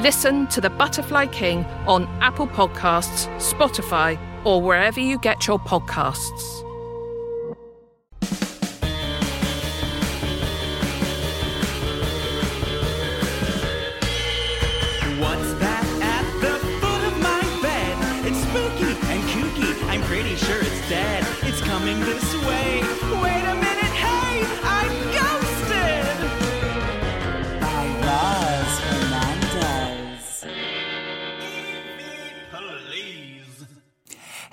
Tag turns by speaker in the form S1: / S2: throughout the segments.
S1: Listen to The Butterfly King on Apple Podcasts, Spotify, or wherever you get your podcasts.
S2: What's that at the foot of my bed? It's spooky and kooky. I'm pretty sure it's dead. It's coming this way. Wait a minute, hey, I'm ghosted.
S3: by Roz Fernandez.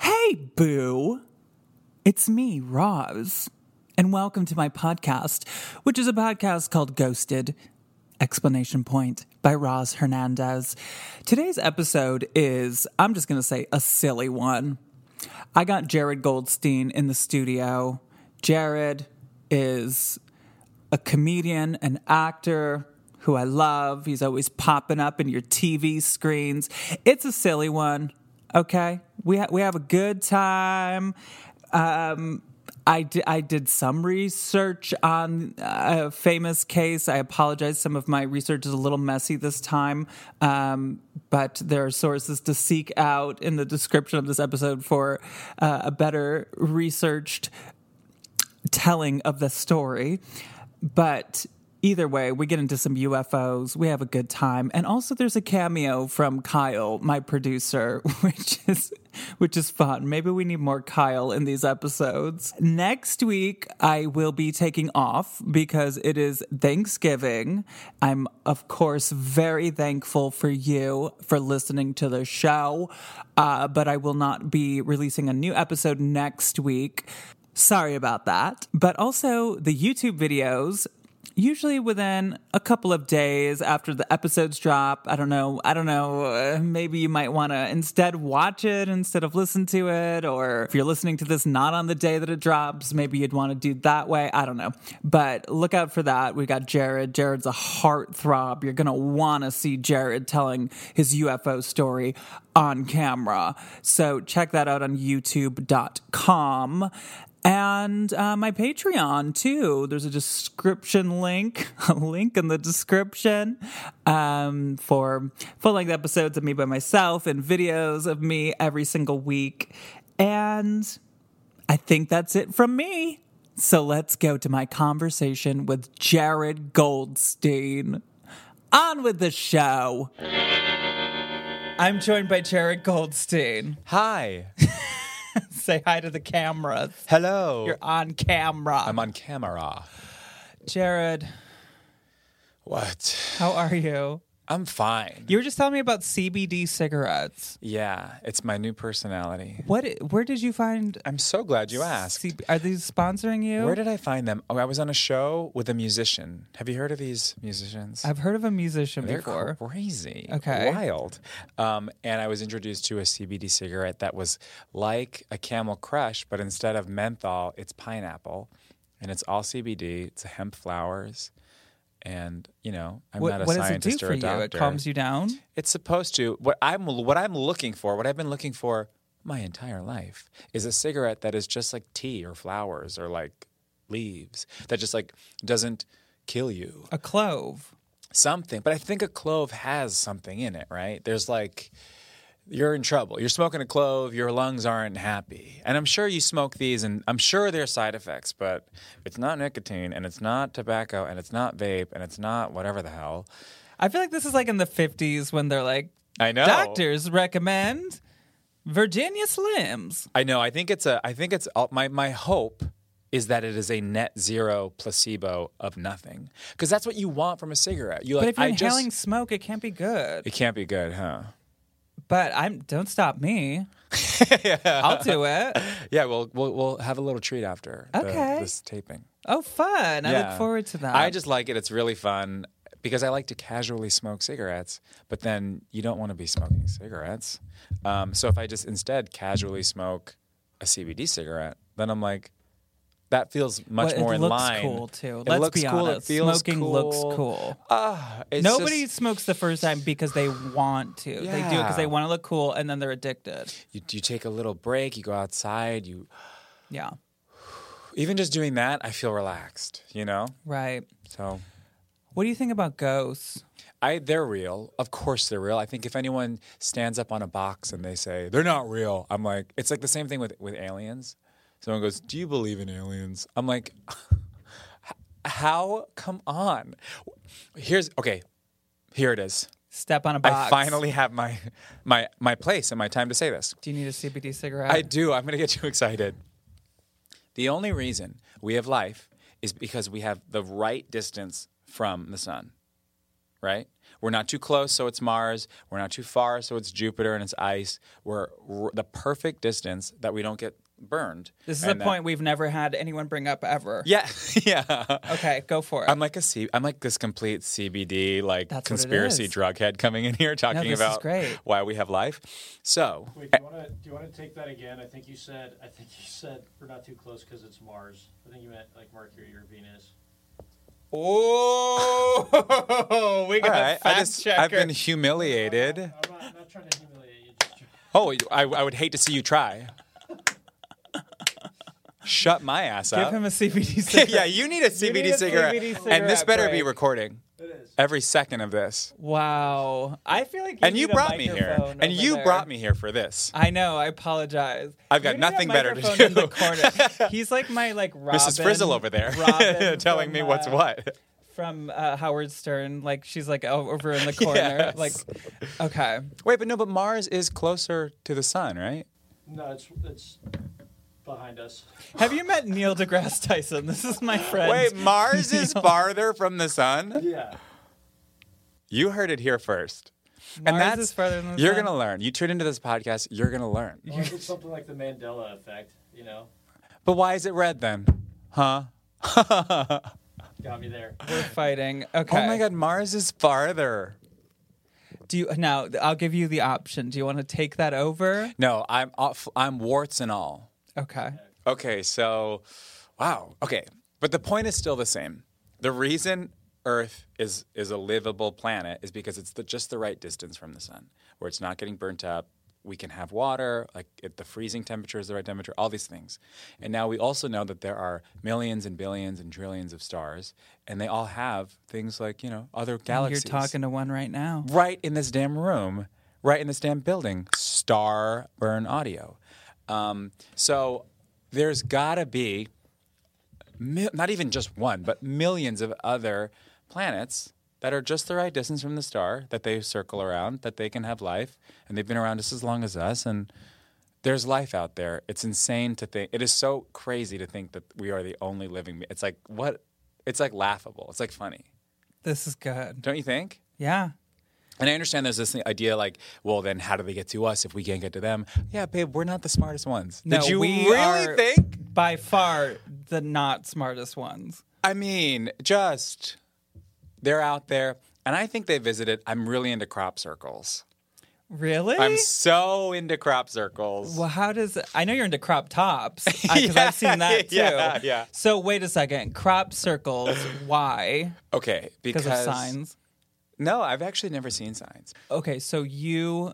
S2: Please.
S3: Hey, Boo! It's me, Roz, and welcome to my podcast, which is a podcast called Ghosted! Explanation point by Roz Hernandez. Today's episode is, I'm just going to say, a silly one. I got Jared Goldstein in the studio. Jared is a comedian, an actor who I love. He's always popping up in your TV screens. It's a silly one, okay? We ha- we have a good time. Um, I, di- I did some research on uh, a famous case. I apologize. Some of my research is a little messy this time, um, but there are sources to seek out in the description of this episode for uh, a better researched telling of the story. But either way, we get into some UFOs. We have a good time. And also there's a cameo from Kyle, my producer, which is which is fun. Maybe we need more Kyle in these episodes. Next week I will be taking off because it is Thanksgiving. I'm of course very thankful for you for listening to the show. Uh, but I will not be releasing a new episode next week. Sorry about that. But also, the YouTube videos, usually within a couple of days after the episodes drop, I don't know, I don't know, uh, maybe you might want to instead watch it instead of listen to it. Or if you're listening to this not on the day that it drops, maybe you'd want to do that way. I don't know. But look out for that. We got Jared. Jared's a heartthrob. You're going to want to see Jared telling his UFO story on camera. So check that out on youtube.com. And uh, my Patreon, too. There's a description link, a link in the description um, for full length episodes of me by myself and videos of me every single week. And I think that's it from me. So let's go to my conversation with Jared Goldstein. On with the show. I'm joined by Jared Goldstein.
S4: Hi.
S3: Say hi to the cameras.
S4: Hello.
S3: You're on camera.
S4: I'm on camera.
S3: Jared,
S4: What?
S3: how are you?
S4: I'm fine.
S3: You were just telling me about CBD cigarettes.
S4: yeah, it's my new personality.
S3: What? Where did you find?
S4: I'm so glad you asked.
S3: CB are these sponsoring you?
S4: Where did I find them? Oh, I was on a show with a musician. Have you heard of these musicians?
S3: I've heard of a musician
S4: They're
S3: before.
S4: crazy.
S3: Okay.
S4: Wild. Um, and I was introduced to a CBD cigarette that was like a Camel Crush, but instead of menthol, it's pineapple. And it's all CBD, it's hemp flowers. And, you know, I'm
S3: what
S4: not a
S3: what does it
S4: scientist
S3: do for
S4: or a
S3: you?
S4: doctor.
S3: It calms you down.
S4: It's supposed to. What I'm what I'm looking for, what I've been looking for my entire life, is a cigarette that is just like tea or flowers or like leaves that just like doesn't kill you.
S3: A clove.
S4: Something, but I think a clove has something in it, right? There's like you're in trouble. You're smoking a clove, your lungs aren't happy. And I'm sure you smoke these and I'm sure there are side effects, but it's not nicotine and it's not tobacco and it's not vape and it's not whatever the hell.
S3: I feel like this is like in the fifties when they're like,
S4: I know.
S3: doctors recommend Virginia Slims.
S4: I know. I think it's a. I think it's uh, my my hope is that it is a net zero placebo of nothing because that's what you want from a cigarette. You like.
S3: But if you're
S4: I
S3: inhaling
S4: just.
S3: smoke, it can't be good.
S4: It can't be good, huh?
S3: But I'm. Don't stop me. I'll do it.
S4: Yeah, we'll we'll, we'll have a little treat after the-
S3: Okay.
S4: this taping.
S3: Oh, fun! I
S4: Yeah.
S3: look forward to that.
S4: I just like it. It's really fun. because I like to casually smoke cigarettes, but then you don't want to be smoking cigarettes. Um, so if I just instead casually smoke a CBD cigarette, then I'm like, that feels much
S3: Well,
S4: more
S3: it
S4: in
S3: looks
S4: line.
S3: cool too.
S4: It
S3: Let's
S4: looks
S3: be
S4: cool.
S3: honest.
S4: It feels
S3: Smoking
S4: cool.
S3: looks cool.
S4: Ah, it's
S3: Nobody
S4: just-
S3: smokes the first time because they want to. They do it because
S4: Yeah.
S3: they want to look cool, and then they're addicted.
S4: you, you take a little break. You go outside. You
S3: Yeah,
S4: even just doing that, I feel relaxed. You know.
S3: right.
S4: So
S3: What do you think about ghosts?
S4: I they're real. Of course they're real. I think if anyone stands up on a box and they say they're not real, I'm like it's like the same thing with with aliens. Someone goes, "Do you believe in aliens?" I'm like, "H- "How? Come on." Here's okay. Here it is.
S3: Step on a box.
S4: I finally have my my my place and my time to say this.
S3: Do you need a CBD cigarette?
S4: I do. I'm going to get you excited. The only reason we have life is because we have the right distance from the sun, right? We're not too close, so it's Mars. We're not too far, so it's Jupiter and it's ice. We're r- the perfect distance that we don't get burned.
S3: this is
S4: And
S3: a
S4: that-
S3: point we've never had anyone bring up ever.
S4: Yeah, yeah.
S3: Okay, go for it.
S4: I'm like a C. I'm like this complete CBD like
S3: That's what it
S4: conspiracy
S3: is.
S4: drug head coming in here talking
S3: this is
S4: about
S3: great.
S4: why we have life. So
S5: Wait, do you want to do you want to take that again? I think you said I think you said we're not too close because it's Mars. I think you meant like Mercury or Venus.
S3: oh, we
S4: All right, I just, I've been humiliated.
S5: I'm not, I'm not trying to humiliate you. Just
S4: Oh, you- I, I would hate to see you try. Shut my ass
S3: Give
S4: up.
S3: him a CBD cigarette.
S4: yeah, you need a
S3: need
S4: CBD
S3: a
S4: cigarette.
S3: CBD
S4: and this
S3: cigarette
S4: better be
S3: break.
S4: recording
S5: it is.
S4: every second of this.
S3: Wow. I feel like. You
S4: and you
S3: need a
S4: brought me here.
S3: microphone
S4: And
S3: over
S4: you
S3: there.
S4: brought me here for this.
S3: I know. I apologize.
S4: I've got
S3: You need
S4: nothing
S3: a
S4: better to
S3: microphone
S4: do.
S3: In the corner. He's like my like Robin,
S4: Mrs. Frizzle over there
S3: Robin
S4: telling
S3: from,
S4: me what's
S3: uh,
S4: what.
S3: from uh, Howard Stern. Like she's like o- over in the corner.
S4: Yes.
S3: Like, okay,
S4: Wait, but no, but Mars is closer to the sun, right?
S5: No, it's it's behind us.
S3: have you met Neil deGrasse Tyson? This is my friend.
S4: Wait, Mars is farther from the sun?
S5: Yeah.
S4: You heard it here first.
S3: Mars
S4: and that's
S3: is farther than the
S4: You're
S3: sun.
S4: going to learn. You tune into this podcast, you're going to learn.
S5: Or is it something like the Mandela effect? You know,
S4: But why is it red then? Huh?
S5: got me there.
S3: We're fighting. Okay.
S4: Oh my God, Mars is farther.
S3: Do you now? I'll give you the option. Do you want to take that over?
S4: No, I'm off, I'm warts and all.
S3: Okay.
S4: Okay, so wow. Okay, but the point is still the same. The reason Earth is is a livable planet is because it's the, just the right distance from the sun, where it's not getting burnt up. We can have water, like at the freezing temperature is the right temperature, all these things. And now we also know that there are millions and billions and trillions of stars, and they all have things like, you know, other
S3: You're
S4: galaxies.
S3: talking to one right now.
S4: right in this damn room, right in this damn building. Star Burn Audio. Um, so there's gotta be mi- not even just one, but millions of other planets that are just the right distance from the star that they circle around, that they can have life, and they've been around just as long as us. And there's life out there. It's insane to think. It is so crazy to think that we are the only living. be- It's like what? It's like laughable. It's like funny,
S3: This is good.
S4: don't you think?
S3: Yeah.
S4: And I understand there's this idea like, well, then how do they get to us if we can't get to them? Yeah, babe, we're not the smartest ones.
S3: No,
S4: Did you
S3: we
S4: really
S3: are
S4: think?
S3: by far the not smartest ones.
S4: I mean, just they're out there. And I think they visited. I'm really into crop circles.
S3: Really?
S4: I'm so into crop circles.
S3: well, how does I know you're into crop tops because I've seen that too.
S4: yeah, yeah.
S3: So wait a second, crop circles. Why?
S4: Okay, because
S3: Because of signs.
S4: No, I've actually never seen signs.
S3: Okay, so you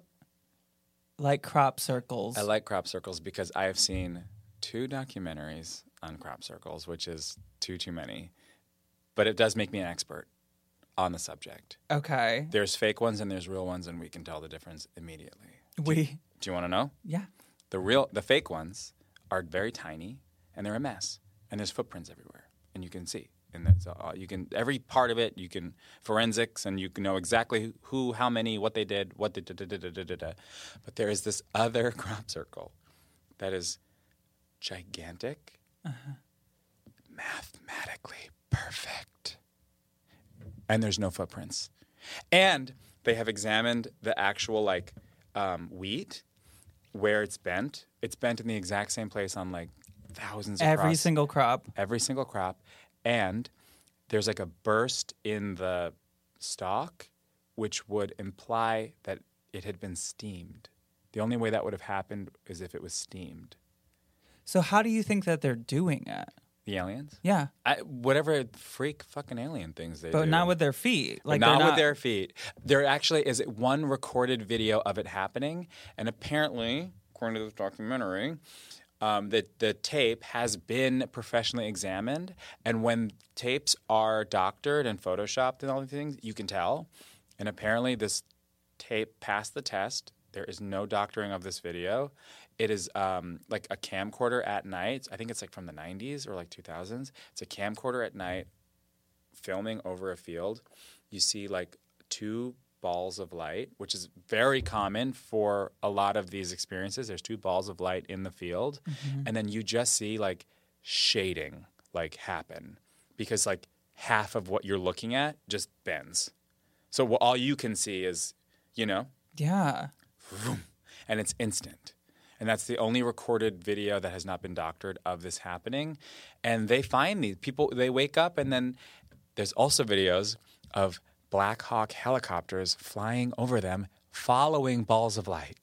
S3: like crop circles.
S4: I like crop circles because I have seen two documentaries on crop circles, which is too too many. But it does make me an expert on the subject.
S3: okay,
S4: There's fake ones and there's real ones, and we can tell the difference immediately.
S3: we
S4: Do you want to know?
S3: yeah.
S4: The real, the fake ones are very tiny and they're a mess, and there's footprints everywhere, and you can see. And that's all, you can every part of it. You can forensics, and you can know exactly who, how many, what they did, what did, da, da, da, da, da, da, da. But there is this other crop circle that is gigantic,
S3: Uh-huh.
S4: mathematically perfect, and there's no footprints. And they have examined the actual like um, wheat where it's bent. It's bent in the exact same place on like thousands of
S3: Every
S4: crops,
S3: single crop.
S4: every single crop, and there's like a burst in the stock, which would imply that it had been steamed. The only way that would have happened is if it was steamed.
S3: So how do you think that they're doing it?
S4: The aliens?
S3: Yeah,
S4: I, whatever freak fucking alien things they do.
S3: but not with their feet. Like
S4: not,
S3: they're
S4: with their feet. There actually is one recorded video of it happening, and apparently, according to this documentary, um, the the tape has been professionally examined, and when tapes are doctored and photoshopped and all these things, you can tell. And apparently, this tape passed the test. There is no doctoring of this video. It is um, like a camcorder at night. I think it's like from the 90s or like 2000s. It's a camcorder at night filming over a field, you see like two balls of light, which is very common for a lot of these experiences. There's two balls of light in the field, and then you just see like shading like happen because like half of what you're looking at just bends. So wh- all you can see is, you know,
S3: Yeah.
S4: and it's instant. And that's the only recorded video that has not been doctored of this happening. And they find these people, they wake up, and then there's also videos of Black Hawk helicopters flying over them, following balls of light.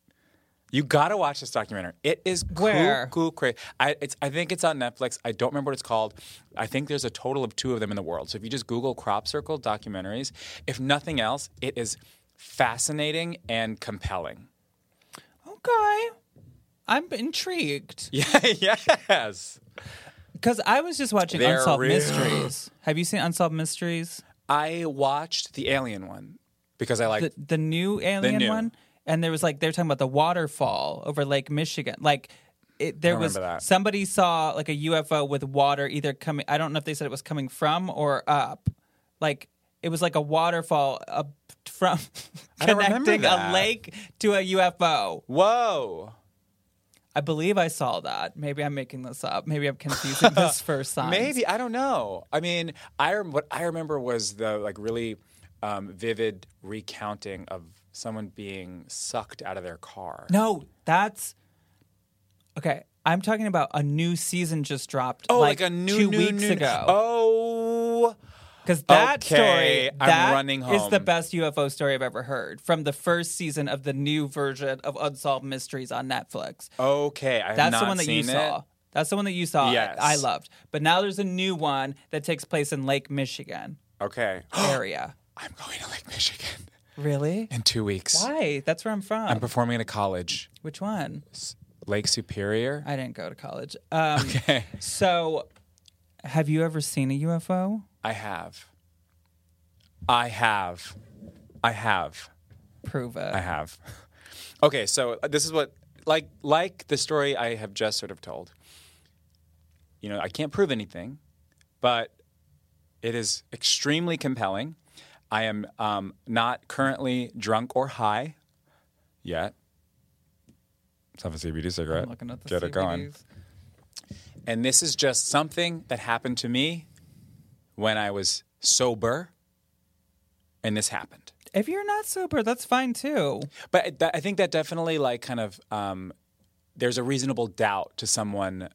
S4: You gotta watch this documentary. It is
S3: Where?
S4: cool, crazy. I, it's, I think it's on Netflix. I don't remember what it's called. I think there's a total of two of them in the world. So if you just Google crop circle documentaries, if nothing else, it is fascinating and compelling.
S3: Okay. I'm intrigued
S4: Yeah, yes.
S3: because I was just watching
S4: They're
S3: Unsolved
S4: real.
S3: Mysteries. Have you seen Unsolved Mysteries?
S4: I watched the alien one because I like
S3: the the new alien
S4: new.
S3: one, and there was like they were talking about the waterfall over Lake Michigan. Like it, there
S4: I
S3: was
S4: remember that.
S3: somebody saw like a UFO with water either coming. I don't know if they said it was coming from or up. Like it was like a waterfall up from
S4: I don't remember
S3: connecting a
S4: that.
S3: lake to a UFO.
S4: whoa.
S3: I believe I saw that. Maybe I'm making this up. Maybe I'm confusing this for signs.
S4: Maybe I don't know. I mean, I rem- what I remember was the like really um, vivid recounting of someone being sucked out of their car.
S3: no. That's okay. I'm talking about a new season just dropped.
S4: Oh, like, a new
S3: two
S4: new,
S3: weeks
S4: new-
S3: ago.
S4: Oh,
S3: Because that
S4: Okay,
S3: story,
S4: I'm
S3: that
S4: running
S3: is the
S4: home.
S3: best UFO story I've ever heard from the first season of the new version of Unsolved Mysteries on Netflix.
S4: okay. I have
S3: That's
S4: not
S3: the one that you
S4: seen it.
S3: saw. That's the one that you saw.
S4: Yes.
S3: I loved. But now there's a new one that takes place in Lake Michigan
S4: Okay,
S3: area.
S4: I'm going to Lake Michigan
S3: really?
S4: in two weeks.
S3: Why? That's where I'm from.
S4: I'm performing at a college,
S3: Which one?
S4: Lake Superior.
S3: I didn't go to college. Um,
S4: okay,
S3: So, have you ever seen a UFO?
S4: I have. I have. I have.
S3: Prove it.
S4: I have. Okay, so uh, this is what like like the story I have just sort of told. You know, I can't prove anything, but it is extremely compelling. I am um, not currently drunk or high yet. Let's have a CBD cigarette.
S3: I'm looking at the
S4: Get it going.
S3: CBDs.
S4: And this is just something that happened to me when I was sober, and this happened.
S3: If you're not sober, that's fine too.
S4: But that, I think that definitely, like, kind of, um, there's a reasonable doubt to someone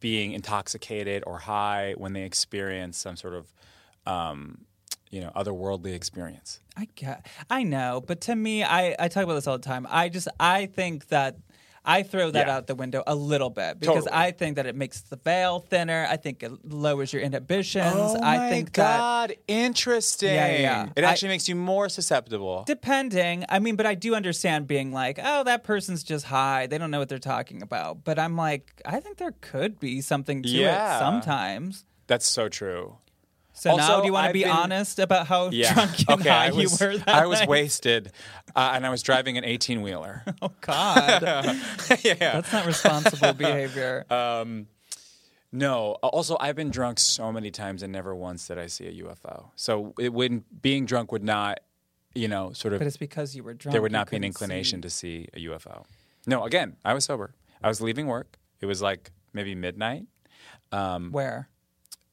S4: being intoxicated or high when they experience some sort of, um, you know, otherworldly experience.
S3: I get, I know, but to me, I, I talk about this all the time. I just I think that I throw that
S4: Yeah.
S3: out the window a little bit because
S4: Totally.
S3: I think that it makes the veil thinner. I think it lowers your inhibitions. I think that
S4: Oh God, interesting.
S3: Yeah, yeah.
S4: It
S3: I-
S4: actually makes you more susceptible.
S3: depending, I mean, but I do understand being like, oh, that person's just high. They don't know what they're talking about. But I'm like, I think there could be something to it
S4: Yeah.
S3: sometimes.
S4: That's so true.
S3: So now,
S4: Also,
S3: do you want to
S4: I've
S3: be
S4: been-
S3: honest about how
S4: Yeah.
S3: drunk and
S4: okay.
S3: high
S4: I was,
S3: you were? That
S4: I was
S3: night?
S4: wasted, uh, and I was driving an eighteen wheeler.
S3: Oh God,
S4: yeah. Uh,
S3: that's not responsible behavior.
S4: No. uh, Also, I've been drunk so many times and never once did I see a UFO. So it wouldn't being drunk would not, you know, sort
S3: But
S4: of
S3: it's because you were drunk.
S4: there would
S3: you
S4: not be an
S3: couldn't see.
S4: inclination to see a UFO. No, again, I was sober. I was leaving work. It was like maybe midnight.
S3: Where?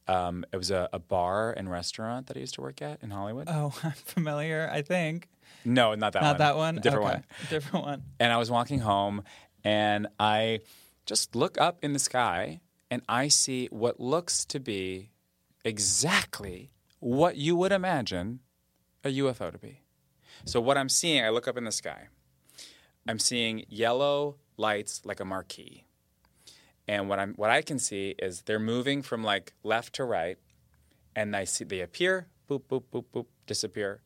S4: Um, it was a, a bar and restaurant that I used to work at in Hollywood.
S3: Oh, I'm familiar. I think
S4: Oh, no, not that
S3: not
S4: one.
S3: that one.
S4: A different
S3: okay.
S4: one.
S3: Different one.
S4: and I was walking home and I just look up in the sky and I see what looks to be exactly what you would imagine a UFO to be. So what I'm seeing, I look up in the sky. I'm seeing yellow lights like a marquee. And what I'm what I can see is they're moving from like left to right and I see they appear, boop boop boop boop, disappear.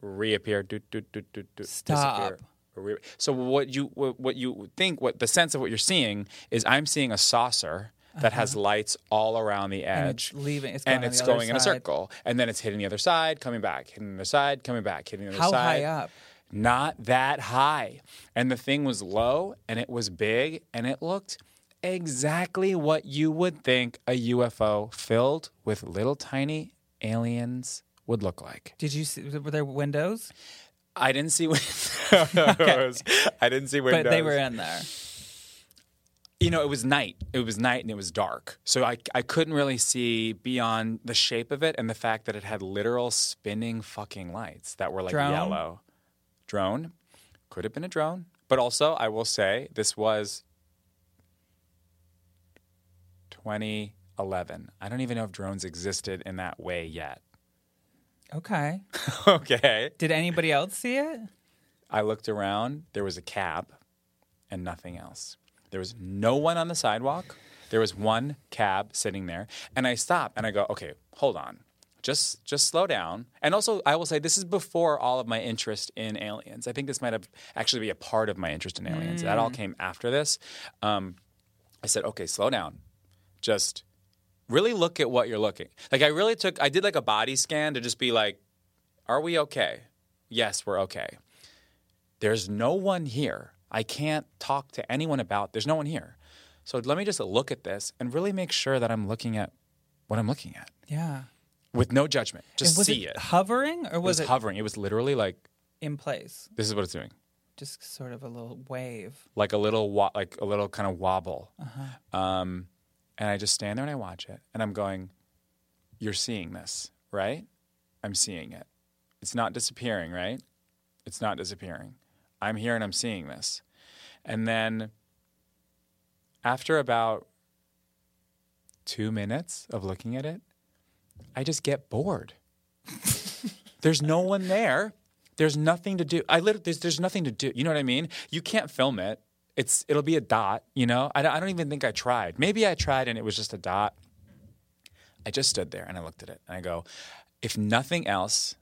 S4: Reappear, do do do do do.
S3: Stop.
S4: Disappear. Re- So what you what what you think what the sense of what you're seeing is I'm seeing a saucer that has lights all around the edge
S3: Uh-huh. And it's leaving- it's going
S4: and
S3: on
S4: it's
S3: the other
S4: going in a
S3: side.
S4: circle and then it's hitting the other side coming back hitting the other side coming back hitting the other
S3: How
S4: side
S3: high up?
S4: not that high and the thing was low and it was big and it looked exactly what you would think a ufo filled with little tiny aliens would look like
S3: Did you see? Were there windows?
S4: i didn't see windows i didn't see windows
S3: But they were in there.
S4: you know, it was night. It was night and it was dark. So I, I couldn't really see beyond the shape of it and the fact that it had literal spinning fucking lights that were like
S3: Drone?
S4: yellow. Drone. Could have been a drone. But also, I will say this was 2011. I don't even know if drones existed in that way yet.
S3: Okay.
S4: okay.
S3: Did anybody else see it?
S4: I looked around. There was a cab and nothing else. There was no one on the sidewalk. There was one cab sitting there. And I stop and I go, okay, hold on. Just just slow down. And also I will say this is before all of my interest in aliens. I think this might have actually be a part of my interest in aliens. That all came after this. Um, I said, okay, slow down. Just really look at what you're looking. Like I really took I did like a body scan to just be like, are we okay? Yes, we're okay. There's no one here. I can't talk to anyone about. There's no one here. So let me just look at this and really make sure that I'm looking at what I'm looking at
S3: Yeah.
S4: with no judgment. Just
S3: And was
S4: see
S3: it,
S4: it.
S3: hovering or
S4: It was
S3: was it,
S4: hovering. It was literally like
S3: in place?
S4: this is what it's doing.
S3: Just sort of a little wave.
S4: Like a little wa- like a little kind of wobble. Um, and I just stand there and I watch it and I'm going you're seeing this, right? I'm seeing it. It's not disappearing, right? It's not disappearing. I'm here and I'm seeing this. And then after about two minutes of looking at it, I just get bored. there's no one there. There's nothing to do. I literally, there's, there's nothing to do. You know what I mean? You can't film it. It's, it'll be a dot, you know? I, don't- I don't even think I tried. Maybe I tried and it was just a dot. I just stood there and I looked at it and I go, if nothing else,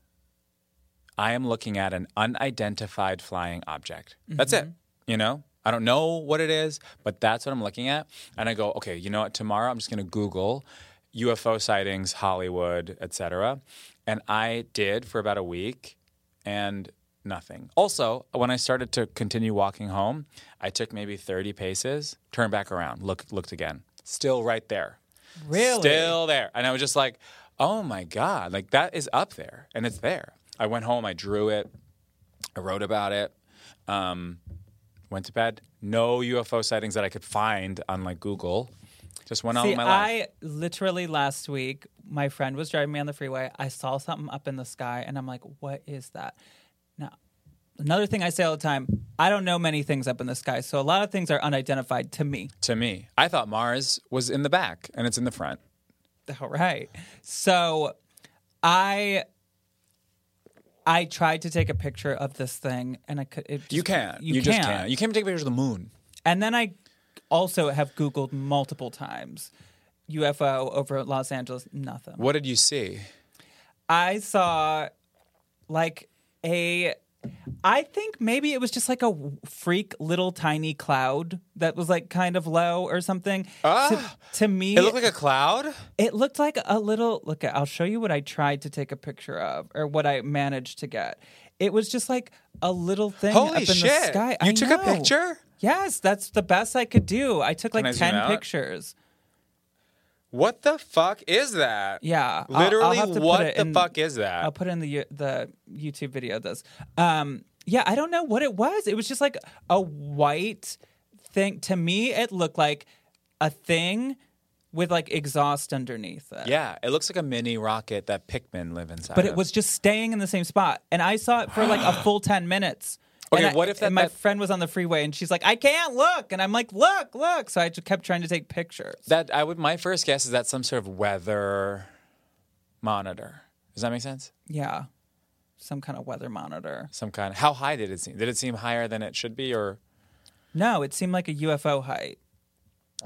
S4: I am looking at an unidentified flying object. That's it. You know, I don't know what it is, but that's what I'm looking at. And I go, okay, you know what? Tomorrow I'm just going to Google UFO sightings, Hollywood, etc. And I did for about a week and nothing. Also, when I started to continue walking home, I took maybe 30 paces, turned back around, looked looked again. Still right there.
S3: Really?
S4: Still there. And I was just like, oh my God, like that is up there and it's there. I went home, I drew it, I wrote about it, um, went to bed. No UFO sightings that I could find on like Google. Just went on
S3: See,
S4: with my life.
S3: I literally last week, my friend was driving me on the freeway. I saw something up in the sky, and I'm like, "What is that?" Now, another thing I say all the time: I don't know many things up in the sky, so a lot of things are unidentified to me.
S4: to me, I thought Mars was in the back and it's in the front.
S3: All right, so I. I tried to take a picture of this thing, and I could. It just-
S4: You can't. You, just can't. You can't take pictures of the moon.
S3: And then I also have Googled multiple times UFO over Los Angeles, nothing.
S4: What did you see?
S3: I saw like a I think maybe it was just like a freak little tiny cloud that was like kind of low or something.
S4: Ah,
S3: to, to me,
S4: It looked like a cloud.
S3: it looked like a little. Look, I'll show you what I tried to take a picture of or what I managed to get. It was just like a little thing up
S4: Holy
S3: in
S4: shit!
S3: the sky.
S4: You
S3: I
S4: took a
S3: know.
S4: picture.
S3: Yes, that's the best I could do. I took like
S4: I zoom
S3: ten
S4: out?
S3: pictures.
S4: What the fuck is that?
S3: Yeah, I'll- I'll
S4: Literally,
S3: have to put
S4: what
S3: it
S4: the
S3: in-
S4: fuck is that?
S3: I'll put in the you- the YouTube video of this. Um, yeah, I don't know what it was. It was just like a white thing. To me, it looked like a thing with like exhaust underneath it.
S4: yeah, it looks like a mini rocket that Pikmin live inside.
S3: But it
S4: of.
S3: was just staying in the same spot, and I saw it for like a full ten minutes.
S4: Okay,
S3: And I-
S4: what if that-
S3: and my
S4: that-
S3: friend was on the freeway and she's like, "I can't look," and I'm like, "Look, look!" So I just kept trying to take pictures.
S4: that. I would. My first guess is that some sort of weather monitor. Does that make sense?
S3: Yeah, some kind of weather monitor.
S4: Some kind. How high did it seem? Did it seem higher than it should be, or
S3: No, it seemed like a UFO height.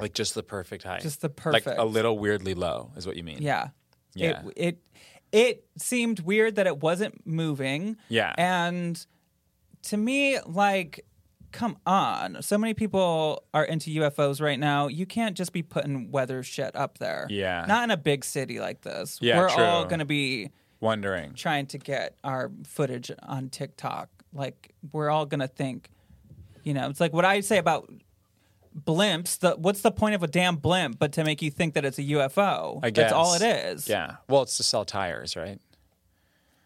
S4: like just the perfect height?
S3: Just the
S4: Like
S3: perfect.
S4: a little weirdly low is what you mean.
S3: Yeah.
S4: Yeah.
S3: It it it seemed weird that it wasn't moving.
S4: Yeah.
S3: And to me, like, come on. So many people are into UFOs right now. You can't just be putting weather shit up there.
S4: Yeah.
S3: Not in a big city like this.
S4: Yeah,
S3: We're
S4: true.
S3: all gonna be
S4: Wondering.
S3: trying to get our footage on TikTok. Like we're all gonna think, you know, it's like what I say about blimps. The what's the point of a damn blimp but to make you think that it's a UFO?
S4: I guess
S3: that's all it is.
S4: Yeah. Well, it's to sell tires, right?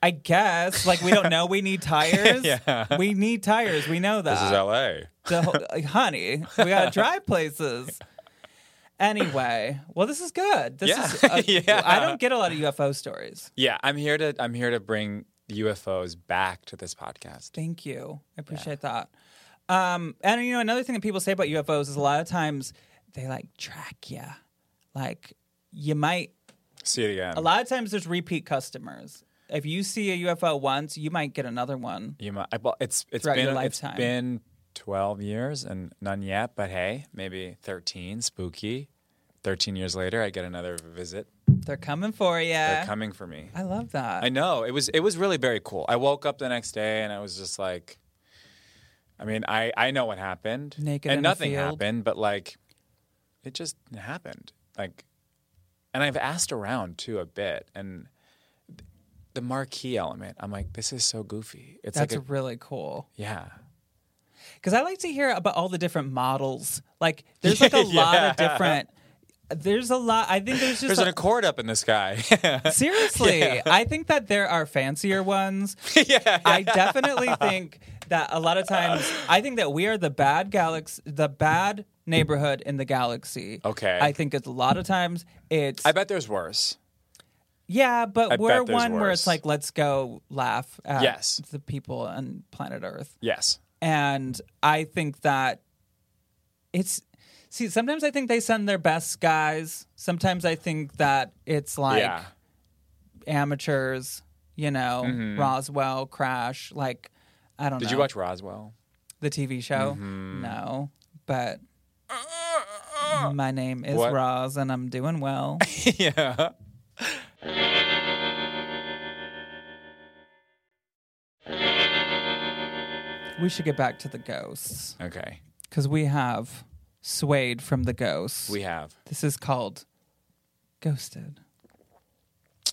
S3: I guess. Like we don't know we need tires. yeah. we need tires. We know that.
S4: This is LA.
S3: The whole- like, honey, we gotta drive places. Anyway, well, this is good. This
S4: Yeah.
S3: is uh,
S4: Yeah.
S3: I don't get a lot of UFO stories.
S4: Yeah, I'm here to I'm here to bring UFOs back to this podcast.
S3: Thank you. I appreciate that. Um, and you know, another thing that people say about UFOs is a lot of times they like track you. Like you might.
S4: See it again.
S3: A lot of times there's repeat customers. If you see a UFO once, you might get another one.
S4: You might. Well, it's it's
S3: Throughout
S4: been
S3: your
S4: it's
S3: lifetime.
S4: been twelve years and none yet. But hey, maybe thirteen. Spooky. Thirteen years later, I get another visit.
S3: They're coming for you.
S4: They're coming for me.
S3: I love that.
S4: I know it was it was really very cool. I woke up the next day and I was just like, I mean, I I know what happened.
S3: Naked in
S4: and
S3: a
S4: nothing
S3: field.
S4: happened, but like, it just happened. Like, and I've asked around too a bit, and the marquee element. I'm like, this is so goofy. It's
S3: That's
S4: like a,
S3: really cool.
S4: yeah.
S3: Because I like to hear about all the different models. Like there's like a lot of
S4: Yeah.
S3: different. There's a lot. I think there's just
S4: There's
S3: a-
S4: an accord up in the sky.
S3: Seriously, I think that there are fancier ones. yeah, I definitely think that a lot of times I think that we are the bad galaxy, the bad neighborhood in the galaxy.
S4: Okay.
S3: I think it's a lot of times it's
S4: I bet there's worse.
S3: yeah, but
S4: I
S3: we're
S4: bet there's
S3: one where
S4: worse.
S3: it's like let's go laugh at
S4: Yes.
S3: the people on planet Earth,
S4: Yes.
S3: and I think that it's. See, sometimes I think they send their best guys. Sometimes I think that it's like
S4: yeah.
S3: amateurs, you know, Roswell, Crash, like I don't know.
S4: Mm-hmm. Did you watch Mm-hmm. Roswell?
S3: the TV show? No, but my name is
S4: What?
S3: Roz and I'm doing well.
S4: yeah.
S3: we should get back to the ghosts
S4: Okay.
S3: cuz we have swayed from the ghosts.
S4: We have.
S3: this is called Ghosted.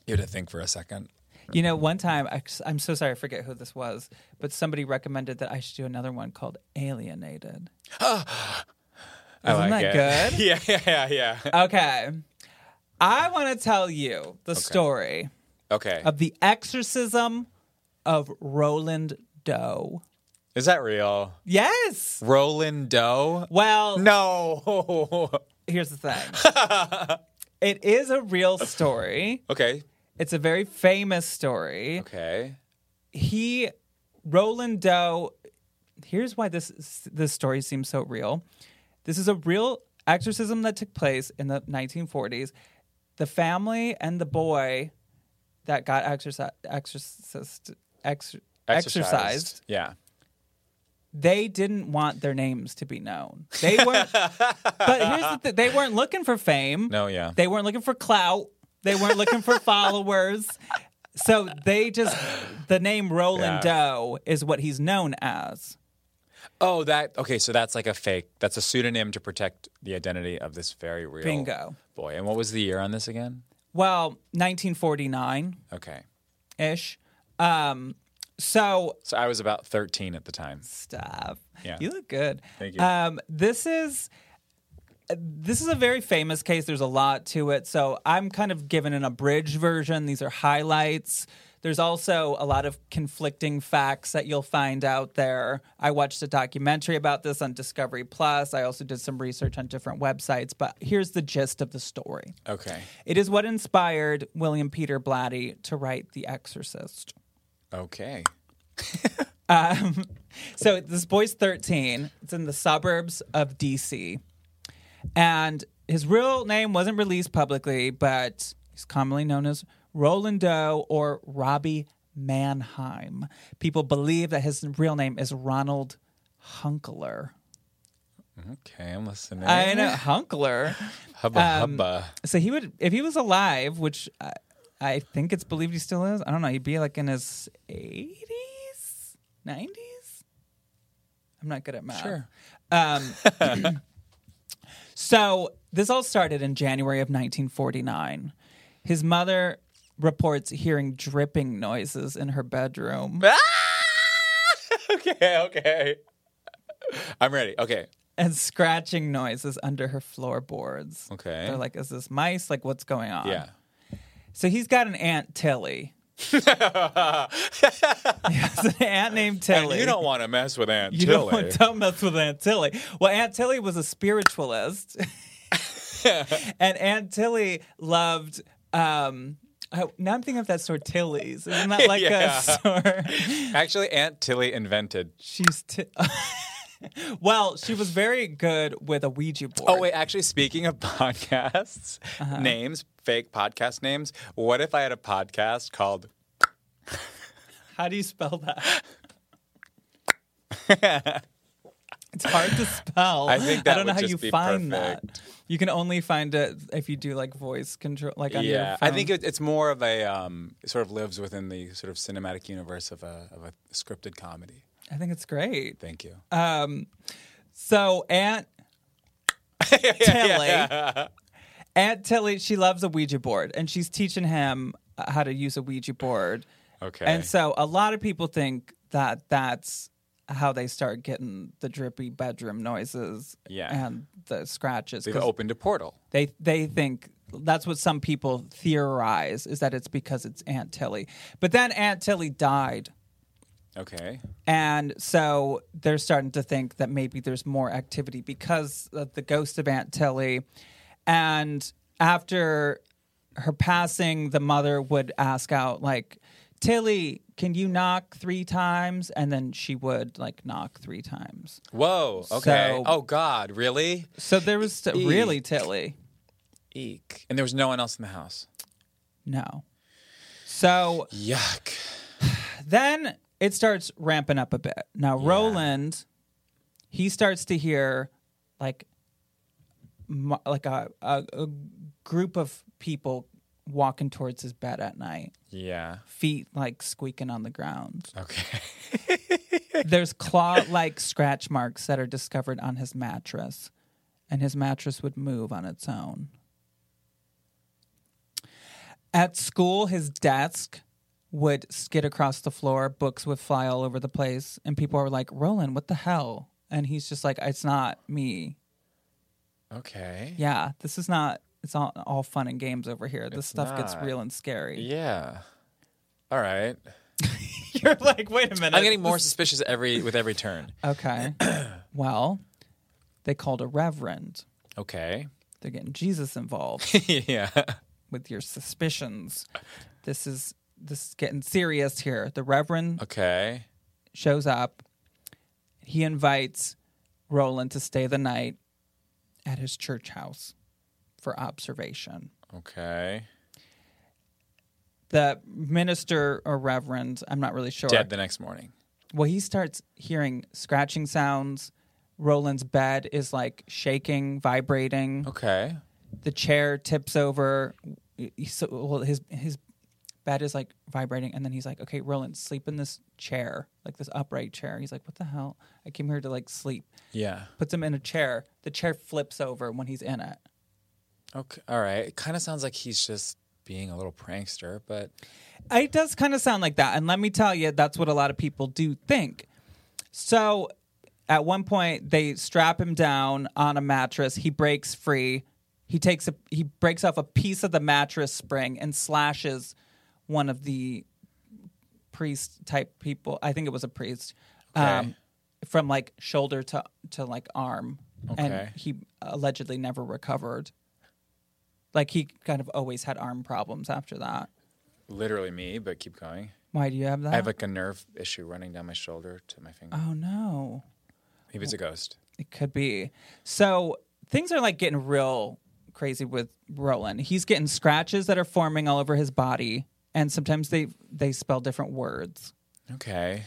S4: You had to think for a second.
S3: You know, one time I, I'm so sorry I forget who this was, but somebody recommended that I should do another one called Alienated.
S4: Oh, I
S3: Isn't
S4: like
S3: that
S4: it.
S3: good?
S4: yeah, yeah, yeah, yeah.
S3: Okay. I want to tell you the story
S4: Okay.
S3: of the exorcism of Roland Doe.
S4: Is that real?
S3: Yes.
S4: Roland Doe?
S3: Well,
S4: No.
S3: here's the thing. it is a real story.
S4: okay.
S3: It's a very famous story.
S4: Okay.
S3: He Roland Doe Here's why this this story seems so real. This is a real exorcism that took place in the 1940s. The family and the boy that got exorcised exorcist exor- exorcised
S4: Yeah.
S3: they didn't want their names to be known. They weren't. but here's the thing: they weren't looking for fame.
S4: No, yeah.
S3: They weren't looking for clout. They weren't looking for followers. So they just the name Roland
S4: Yeah.
S3: Doe is what he's known as.
S4: Oh, that. Okay, so that's like a fake. That's a pseudonym to protect the identity of this very real
S3: Bingo.
S4: boy. And what was the year on this again?
S3: Well, 1949
S4: Okay.
S3: ish. Um, so
S4: So I was about 13 at the time.
S3: stuff.
S4: Yeah.
S3: You look good.
S4: Thank you.
S3: Um, this is this is a very famous case. There's a lot to it, so I'm kind of given an abridged version. These are highlights. There's also a lot of conflicting facts that you'll find out there. I watched a documentary about this on Discovery Plus. I also did some research on different websites, but here's the gist of the story.
S4: Okay.
S3: It is what inspired William Peter Blatty to write The Exorcist.
S4: Okay.
S3: So this boy's 13. It's in the suburbs of DC. And his real name wasn't released publicly, but he's commonly known as Roland Doe or Robbie Mannheim. People believe that his real name is Ronald Hunkler.
S4: Okay, I'm listening.
S3: I um, know Hunkler.
S4: Hubba hubba.
S3: So he would, if he was alive, which I, I think it's believed he still is. I don't know. He'd be like in his eighties, nineties. I'm not good at math.
S4: Sure.
S3: Um, so this all started in January of 1949. His mother reports hearing dripping noises in her bedroom.
S4: Ah! okay, okay. I'm ready. Okay.
S3: and scratching noises under her floorboards.
S4: Okay.
S3: They're like, is this mice? Like, what's going on?
S4: Yeah.
S3: So he's got an aunt, Tilly. he has an aunt named Tilly.
S4: And you don't want to mess with Aunt
S3: You
S4: Tilly.
S3: don't, want- don't mess with Aunt Tilly. Well, Aunt Tilly was a spiritualist, and Aunt Tilly loved. Um, I- now I'm thinking of that store Tilly's. Isn't that like
S4: Yeah.
S3: a store?
S4: Actually, Aunt Tilly invented.
S3: She's t- well, she was very good with a Ouija board.
S4: Oh wait, actually, speaking of podcasts, names, fake podcast names. What if I had a podcast called?
S3: How do you spell that? it's hard to spell.
S4: I think that
S3: don't know
S4: would
S3: how
S4: just
S3: you
S4: be
S3: find that.
S4: perfect.
S3: You can only find it if you do like voice control, like on your
S4: yeah,
S3: phone.
S4: I think it, it's more of a um, it sort of lives within the sort of cinematic universe of a of a scripted comedy.
S3: I think it's great.
S4: Thank you.
S3: So Aunt Tilly, Aunt Tilly, she loves a Ouija board, and she's teaching him uh, how to use a Ouija board.
S4: okay.
S3: And so a lot of people think that that's how they start getting the drippy bedroom noises
S4: Yeah.
S3: and the scratches.
S4: they've
S3: 'cause
S4: opened a portal.
S3: They they think that's what some people theorize is that it's because it's Aunt Tilly. But then Aunt Tilly died.
S4: Okay.
S3: And so they're starting to think that maybe there's more activity because of the ghost of Aunt Tilly. And after her passing, the mother would ask out, like, Tilly, can you knock three times? And then she would, like, knock three times.
S4: Whoa. Okay.
S3: So-
S4: oh God. Really?
S3: So there was st-
S4: Eek.
S3: really Tilly.
S4: Eek. And there was no one else in the house.
S3: No. So
S4: Yuck.
S3: then it starts ramping up a bit. Now Roland, he starts to hear like mo- like a, a, a group of people walking towards his bed at night,
S4: Yeah.
S3: feet like squeaking on the ground.
S4: Okay.
S3: There's claw like scratch marks that are discovered on his mattress, and his mattress would move on its own. At school, his desk would skid across the floor, books would fly all over the place, and people are like, Roland, what the hell? And he's just like, It's not me.
S4: Okay.
S3: Yeah, this is not, it's all, all fun and games over here. This
S4: It's
S3: stuff gets
S4: not.
S3: real and scary.
S4: Yeah. All right.
S3: You're like, Wait a minute.
S4: I'm getting more suspicious every with every turn.
S3: Okay. well, they called a reverend.
S4: Okay.
S3: They're getting Jesus involved.
S4: yeah.
S3: with your suspicions. This is this is getting serious here. The Reverend
S4: Okay.
S3: shows up. He invites Roland to stay the night at his church house for observation.
S4: Okay.
S3: The minister or reverend, I'm not really sure.
S4: Dead the next morning.
S3: Well, he starts hearing scratching sounds. Roland's bed is like shaking, vibrating.
S4: Okay.
S3: the chair tips over. He- So, well, his his bed is like vibrating, and then he's like, "Okay, Roland, sleep in this chair, like this upright chair." He's like, "What the hell? I came here to like sleep."
S4: Yeah.
S3: Puts him in a chair. The chair flips over when he's in it,
S4: Okay. All right. It kind of sounds like he's just being a little prankster, but
S3: It does kind of sound like that. And let me tell you, that's what a lot of people do think. So at one point they strap him down on a mattress. He breaks free. He takes a he breaks off a piece of the mattress spring and slashes one of the priest type people. I think it was a priest. um,
S4: Okay.
S3: from like shoulder to to like arm.
S4: Okay.
S3: And he allegedly never recovered. Like he kind of always had arm problems after that.
S4: literally me, but keep going.
S3: Why do you have that?
S4: I have like a nerve issue running down my shoulder to my finger.
S3: oh no,
S4: Maybe it's a ghost.
S3: it could be. So things are like getting real crazy with Roland. He's getting scratches that are forming all over his body and sometimes they they spell different words.
S4: Okay.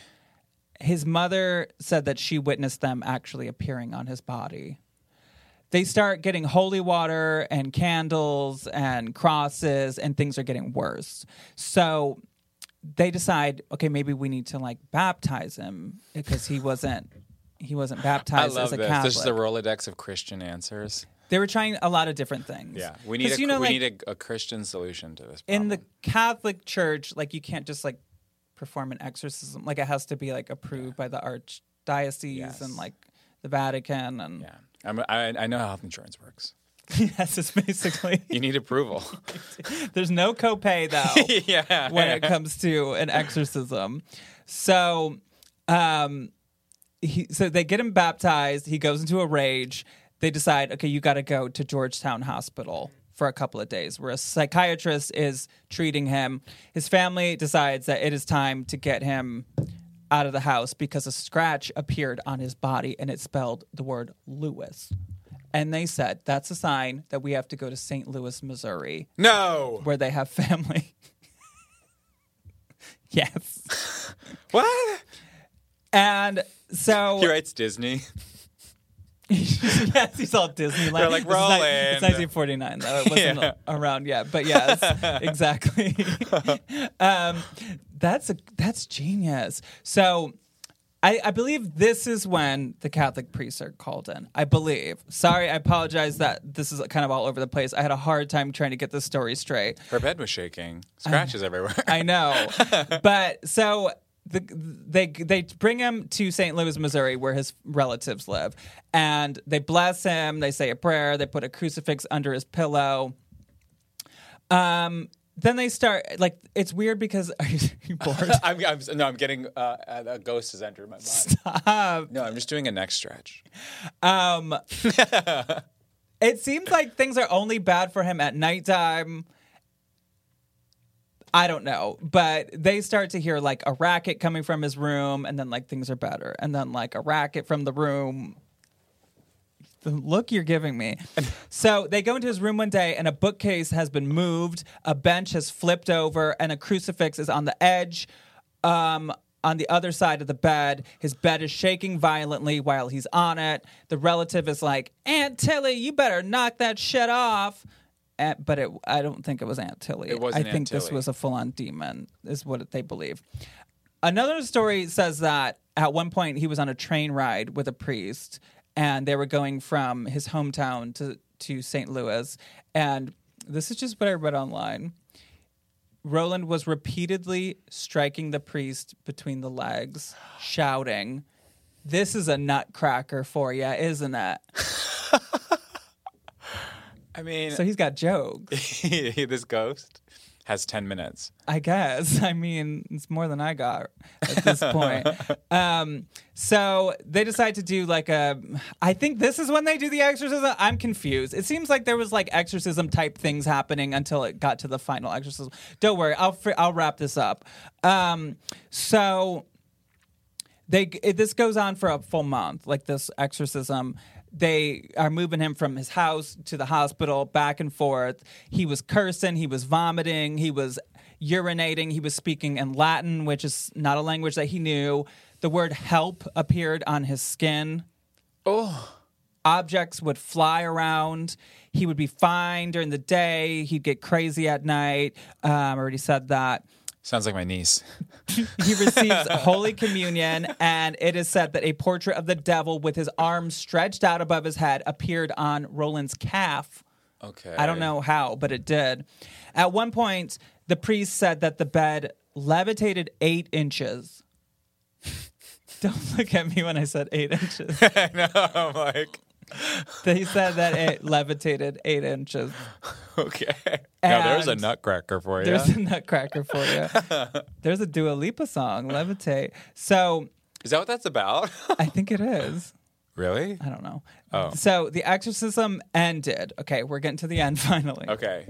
S3: His mother said that she witnessed them actually appearing on his body. They start getting holy water and candles and crosses, and things are getting worse. So they decide, okay, maybe we need to like baptize him because he wasn't he wasn't
S4: I
S3: baptized
S4: love
S3: as a
S4: this.
S3: Catholic.
S4: This is the Rolodex of Christian answers.
S3: they were trying a lot of different things.
S4: Yeah, we need
S3: 'Cause,
S4: a,
S3: you know,
S4: we
S3: like,
S4: need a, a Christian solution to this.
S3: in
S4: Problem.
S3: the Catholic Church, like you can't just like perform an exorcism. Like it has to be like approved by the archdiocese
S4: Yes.
S3: and like the Vatican and
S4: yeah, I'm, I I know how health insurance works.
S3: yes, it's basically
S4: You need approval.
S3: there's no copay though
S4: yeah,
S3: when it comes to an exorcism. So um he so they get him baptized, he goes into a rage. They decide, okay, you got to go to Georgetown Hospital for a couple of days where a psychiatrist is treating him. His family decides that it is time to get him out of the house because a scratch appeared on his body and it spelled the word Lewis. And they said, that's a sign that we have to go to St. Louis, Missouri
S4: no.
S3: where they have family. yes.
S4: What?
S3: And so
S4: He writes Disney.
S3: yes, he's all Disneyland.
S4: They're like,
S3: This is ni- It's
S4: "Roland."
S3: 1949 though; it wasn't around yet, but yes, exactly. um, that's a that's genius. So, I, I believe this is when the Catholic priests are called in. I believe. Sorry, I apologize that this is kind of all over the place. I had a hard time trying to get this story straight.
S4: Her bed was shaking. Scratches everywhere.
S3: I know. but so the, they they bring him to St. Louis, Missouri, where his relatives live, and they bless him. They say a prayer. They put a crucifix under his pillow. Um. Then they start like it's weird because are you bored?
S4: I'm, I'm no, I'm getting uh, a ghost has entered my mind. No, I'm just doing a neck stretch.
S3: it seems like things are only bad for him at nighttime. I don't know, but they start to hear like a racket coming from his room, and then like things are better, and then like a racket from the room. The look you're giving me. So they go into his room one day, and a bookcase has been moved, a bench has flipped over, and a crucifix is on the edge. Um, on the other side of the bed, his bed is shaking violently while he's on it. The relative is like, "Aunt Tilly, you better knock that shit off." Uh, but it, I don't think it was Aunt Tilly.
S4: It wasn't
S3: I
S4: Aunt
S3: think this
S4: Tilly.
S3: was a full on demon, is what they believe. Another story says that at one point he was on a train ride with a priest and they were going from his hometown to, to St. Louis. And this is just what I read online. Roland was repeatedly striking the priest between the legs, shouting, This is a nutcracker for you, isn't it?
S4: I mean,
S3: So he's got jokes,
S4: this ghost has ten minutes.
S3: I guess. I mean, it's more than I got at this point. Um, so they decide to do like a. I think this is when they do the exorcism. I'm confused. It seems like there was like exorcism type things happening until it got to the final exorcism. Don't worry, I'll fr- I'll wrap this up. Um, so they it, this goes on for a full month like this exorcism they are moving him from his house to the hospital back and forth he was cursing he was vomiting he was urinating he was speaking in latin which is not a language that he knew the word help appeared on his skin objects would fly around. He would be fine during the day. He'd get crazy at night. Um, I already said that
S4: Sounds like my niece.
S3: he receives Holy Communion, and it is said that a portrait of the devil with his arms stretched out above his head appeared on Roland's calf.
S4: Okay.
S3: I don't know how, but it did. At one point, the priest said that the bed levitated eight inches. Don't look at me when I said eight inches.
S4: I know. I'm like,
S3: they said that it levitated eight inches.
S4: okay. now there's a
S3: And-
S4: nutcracker for you.
S3: There's a nutcracker for you. There's a Dua Lipa song, Levitate. So
S4: Is that what that's about?
S3: I think it is.
S4: really?
S3: I don't know.
S4: Oh.
S3: So the exorcism ended. Okay, we're getting to the end finally.
S4: Okay.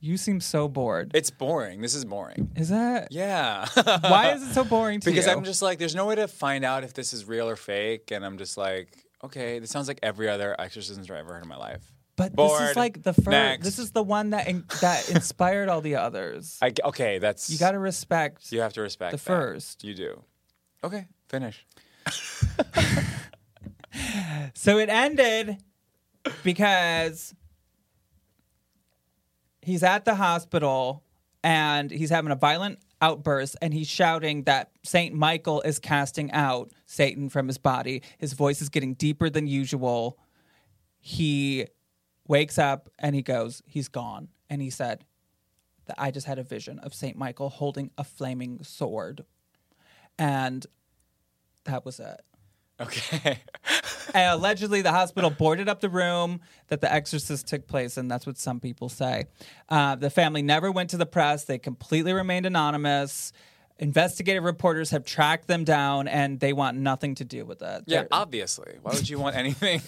S3: You seem so bored.
S4: It's boring. This is boring.
S3: Is that
S4: Yeah.
S3: why is it so boring to
S4: because
S3: you?
S4: I'm just like, there's no way to find out if this is real or fake, and I'm just like, okay, this sounds like every other exorcism I've ever heard in my life.
S3: But this
S4: Bored.
S3: is like the first.
S4: Next.
S3: This is the one that in, that inspired all the others.
S4: I, okay, that's
S3: You got to respect.
S4: You have to respect
S3: the
S4: that.
S3: first.
S4: You do. Okay, finish.
S3: So it ended because he's at the hospital and he's having a violent outburst and he's shouting that Saint Michael is casting out Satan from his body. His voice is getting deeper than usual. He wakes up and he goes, he's gone. And he said that I just had a vision of Saint Michael holding a flaming sword. And that was it.
S4: Okay.
S3: And Uh, allegedly, the hospital boarded up the room that the exorcist took place in. That's what some people say. Uh, the family never went to the press. They completely remained anonymous. Investigative reporters have tracked them down, and they want nothing to do with it.
S4: Yeah,
S3: They're-
S4: obviously. Why would you want anything?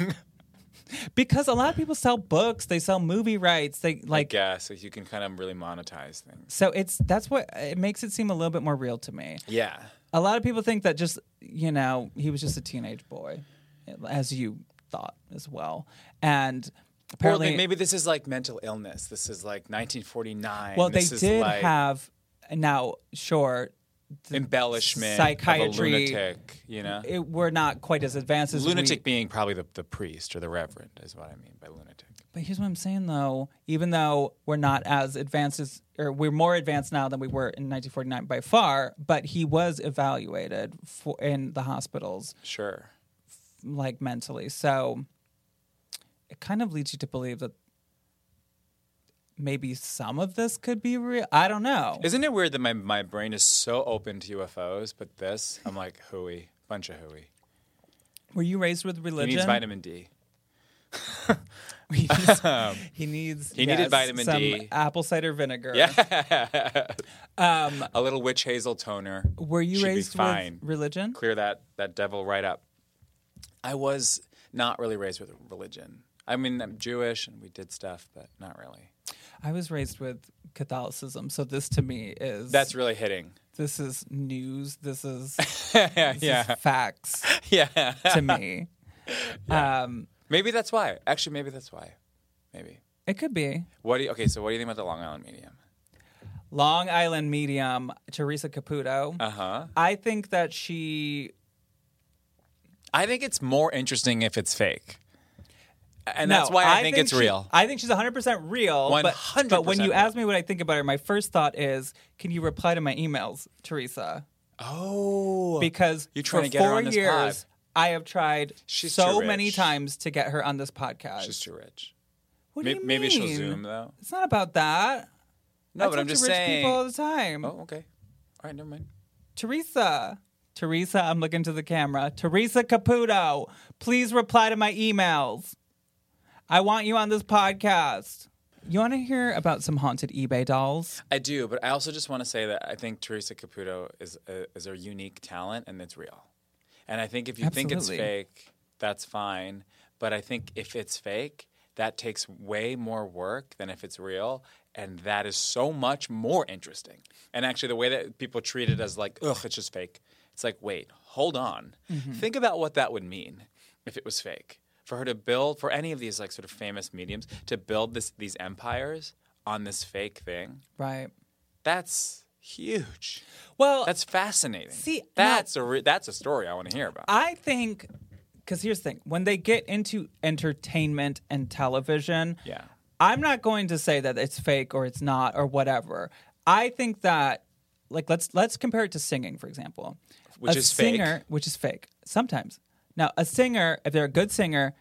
S3: because a lot of people sell books, they sell movie rights, they like.
S4: yeah, so you can kind of really monetize things.
S3: So it's that's what it makes it seem a little bit more real to me.
S4: Yeah.
S3: A lot of people think that just you know he was just a teenage boy, as you thought as well, and
S4: Or
S3: apparently
S4: like, maybe this is like mental illness. This is like 1949.
S3: Well,
S4: This
S3: they
S4: is
S3: did
S4: like
S3: have now. Sure,
S4: embellishment,
S3: psychiatry-
S4: of a lunatic. You know,
S3: it, we're not quite as advanced as we-
S4: lunatic being probably the, the priest or the reverend is what I mean by lunatic.
S3: but here's what I'm saying though. Even though we're not as advanced as, or we're more advanced now than we were in 1949 by far, but he was evaluated for, in the hospitals
S4: Sure.
S3: like mentally. So it kind of leads you to believe that maybe some of this could be real. I don't know.
S4: Isn't it weird that my, my brain is so open to UFOs, but this I'm like hooey, bunch of hooey.
S3: Were you raised with
S4: He
S3: religion?
S4: needs vitamin D.
S3: He needs. he needs
S4: He needed vitamin
S3: some
S4: D.
S3: Apple cider vinegar.
S4: A little witch hazel toner.
S3: Were you
S4: Should be
S3: raised
S4: fine.
S3: with religion?
S4: Clear that that devil right up. I was not really raised with religion. I mean, I'm Jewish and we did stuff, but not really.
S3: I was raised with Catholicism, so this to me is
S4: That's really hitting.
S3: this is news. This is, this
S4: yeah.
S3: is facts
S4: Yeah.
S3: to me. Um,
S4: maybe that's why. Actually, maybe that's why. Maybe.
S3: it could be
S4: What do you, okay, so what do you think about the Long Island medium?
S3: Long Island medium Teresa Caputo.
S4: Uh huh.
S3: I think that she
S4: I think it's more interesting if it's fake. And
S3: No,
S4: that's why I, think, it's
S3: she-
S4: real.
S3: I think she's 100% real. but- But,
S4: 100%
S3: when you
S4: real.
S3: ask me what I think about her, my first thought is, can you reply to my emails, Teresa?
S4: oh.
S3: Because
S4: You're trying
S3: for
S4: to get her
S3: four
S4: on this
S3: years,
S4: pod.
S3: I have tried
S4: She's
S3: so
S4: too
S3: many
S4: rich.
S3: times to get her on this podcast.
S4: She's too rich.
S3: what do
S4: May-
S3: you mean?
S4: maybe she'll Zoom, though.
S3: It's not about that.
S4: No,
S3: I
S4: but
S3: talk
S4: I'm
S3: to
S4: just
S3: rich
S4: saying.
S3: people all the time.
S4: Oh, okay. All right, never mind.
S3: Teresa. Teresa, I'm looking to the camera. Teresa Caputo, please reply to my emails. I want you on this podcast. You want to hear about some haunted eBay dolls?
S4: I do, but I also just want to say that I think Teresa Caputo is a, is a unique talent and it's real. And I think if you think it's
S3: Absolutely.
S4: fake, that's fine. But I think if it's fake, that takes way more work than if it's real. And that is so much more interesting. And actually, the way that people treat it as like, ugh, it's just fake. It's like, wait, hold on. Think about what that would mean if it was fake. For her to build, for any of these like sort of famous mediums, to build this, these empires on this fake thing,
S3: Right.
S4: that's huge.
S3: Well,
S4: That's fascinating.
S3: See, now-
S4: that's a re- that's a story I want to hear about.
S3: I think because here's the thing: when they get into entertainment and television,
S4: Yeah.
S3: I'm not going to say that it's fake or it's not or whatever. I think that, like, let's let's compare it to singing, for example,
S4: Which
S3: a
S4: is fake.
S3: singer, which is fake sometimes. Now, a singer, if they're a good singer.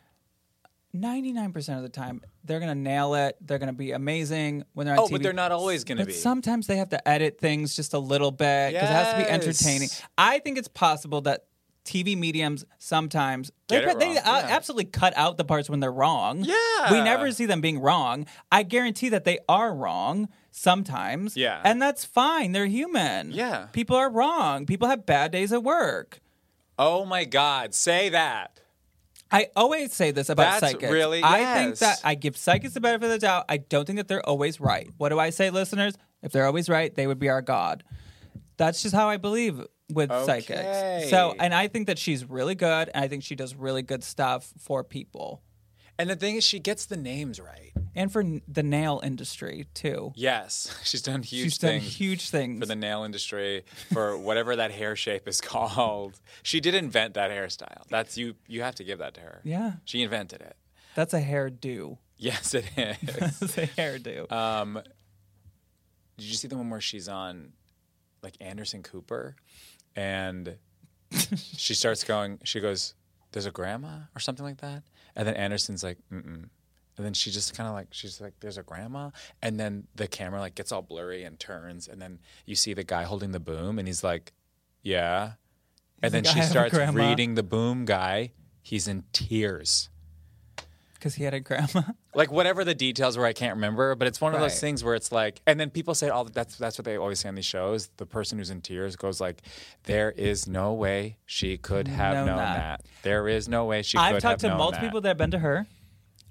S3: 99% of the time, they're going to nail it. They're going to be amazing when they're on
S4: oh,
S3: TV.
S4: but they're not always going to
S3: But
S4: be.
S3: sometimes they have to edit things just a little bit because it has to be entertaining.
S4: Yes.
S3: I think it's possible that TV mediums sometimes
S4: Get
S3: they,
S4: it
S3: they
S4: wrong,
S3: uh,
S4: yeah.
S3: absolutely cut out the parts when they're wrong.
S4: Yeah.
S3: we never see them being wrong. I guarantee that they are wrong sometimes.
S4: Yeah.
S3: and that's fine. They're human.
S4: Yeah.
S3: people are wrong. People have bad days at work.
S4: oh my God, say that.
S3: I always say this about
S4: That's
S3: psychics.
S4: really-
S3: I think
S4: yes.
S3: that I give psychics the benefit of the doubt. I don't think that they're always right. What do I say, listeners? If they're always right, they would be our god. That's just how I believe with
S4: Okay.
S3: psychics. So, and I think that she's really good, and I think she does really good stuff for people.
S4: And the thing is, she gets the names right.
S3: and for n- the nail industry too.
S4: Yes, she's done huge
S3: She's done
S4: things.
S3: huge things.
S4: for the nail industry for whatever that hair shape is called. She did invent that hairstyle. That's you you have to give that to her.
S3: Yeah.
S4: She invented it.
S3: That's a hairdo. Uh,
S4: Yes, it is.
S3: That's a hairdo.
S4: did you see the one where she's on like Anderson Cooper and she starts going she goes there's a grandma or something like that and then Anderson's like mm-mm and then she just kind of like she's like there's a grandma and then the camera like gets all blurry and turns and then you see the guy holding the boom and he's like yeah and then
S3: like, "I
S4: she
S3: have a
S4: starts
S3: grandma."
S4: reading the boom guy he's in tears
S3: Because he had a grandma.
S4: like whatever the details were, I can't remember. But it's one of
S3: Right.
S4: those things where it's like, and then people say, "Oh, that's that's what they always say on these shows." The person who's in tears goes like, "There is no way she could have
S3: Known
S4: known,
S3: that.
S4: that. There is no way she
S3: I've
S4: could
S3: talked
S4: have
S3: to
S4: known
S3: multiple
S4: that."
S3: people that have been to her.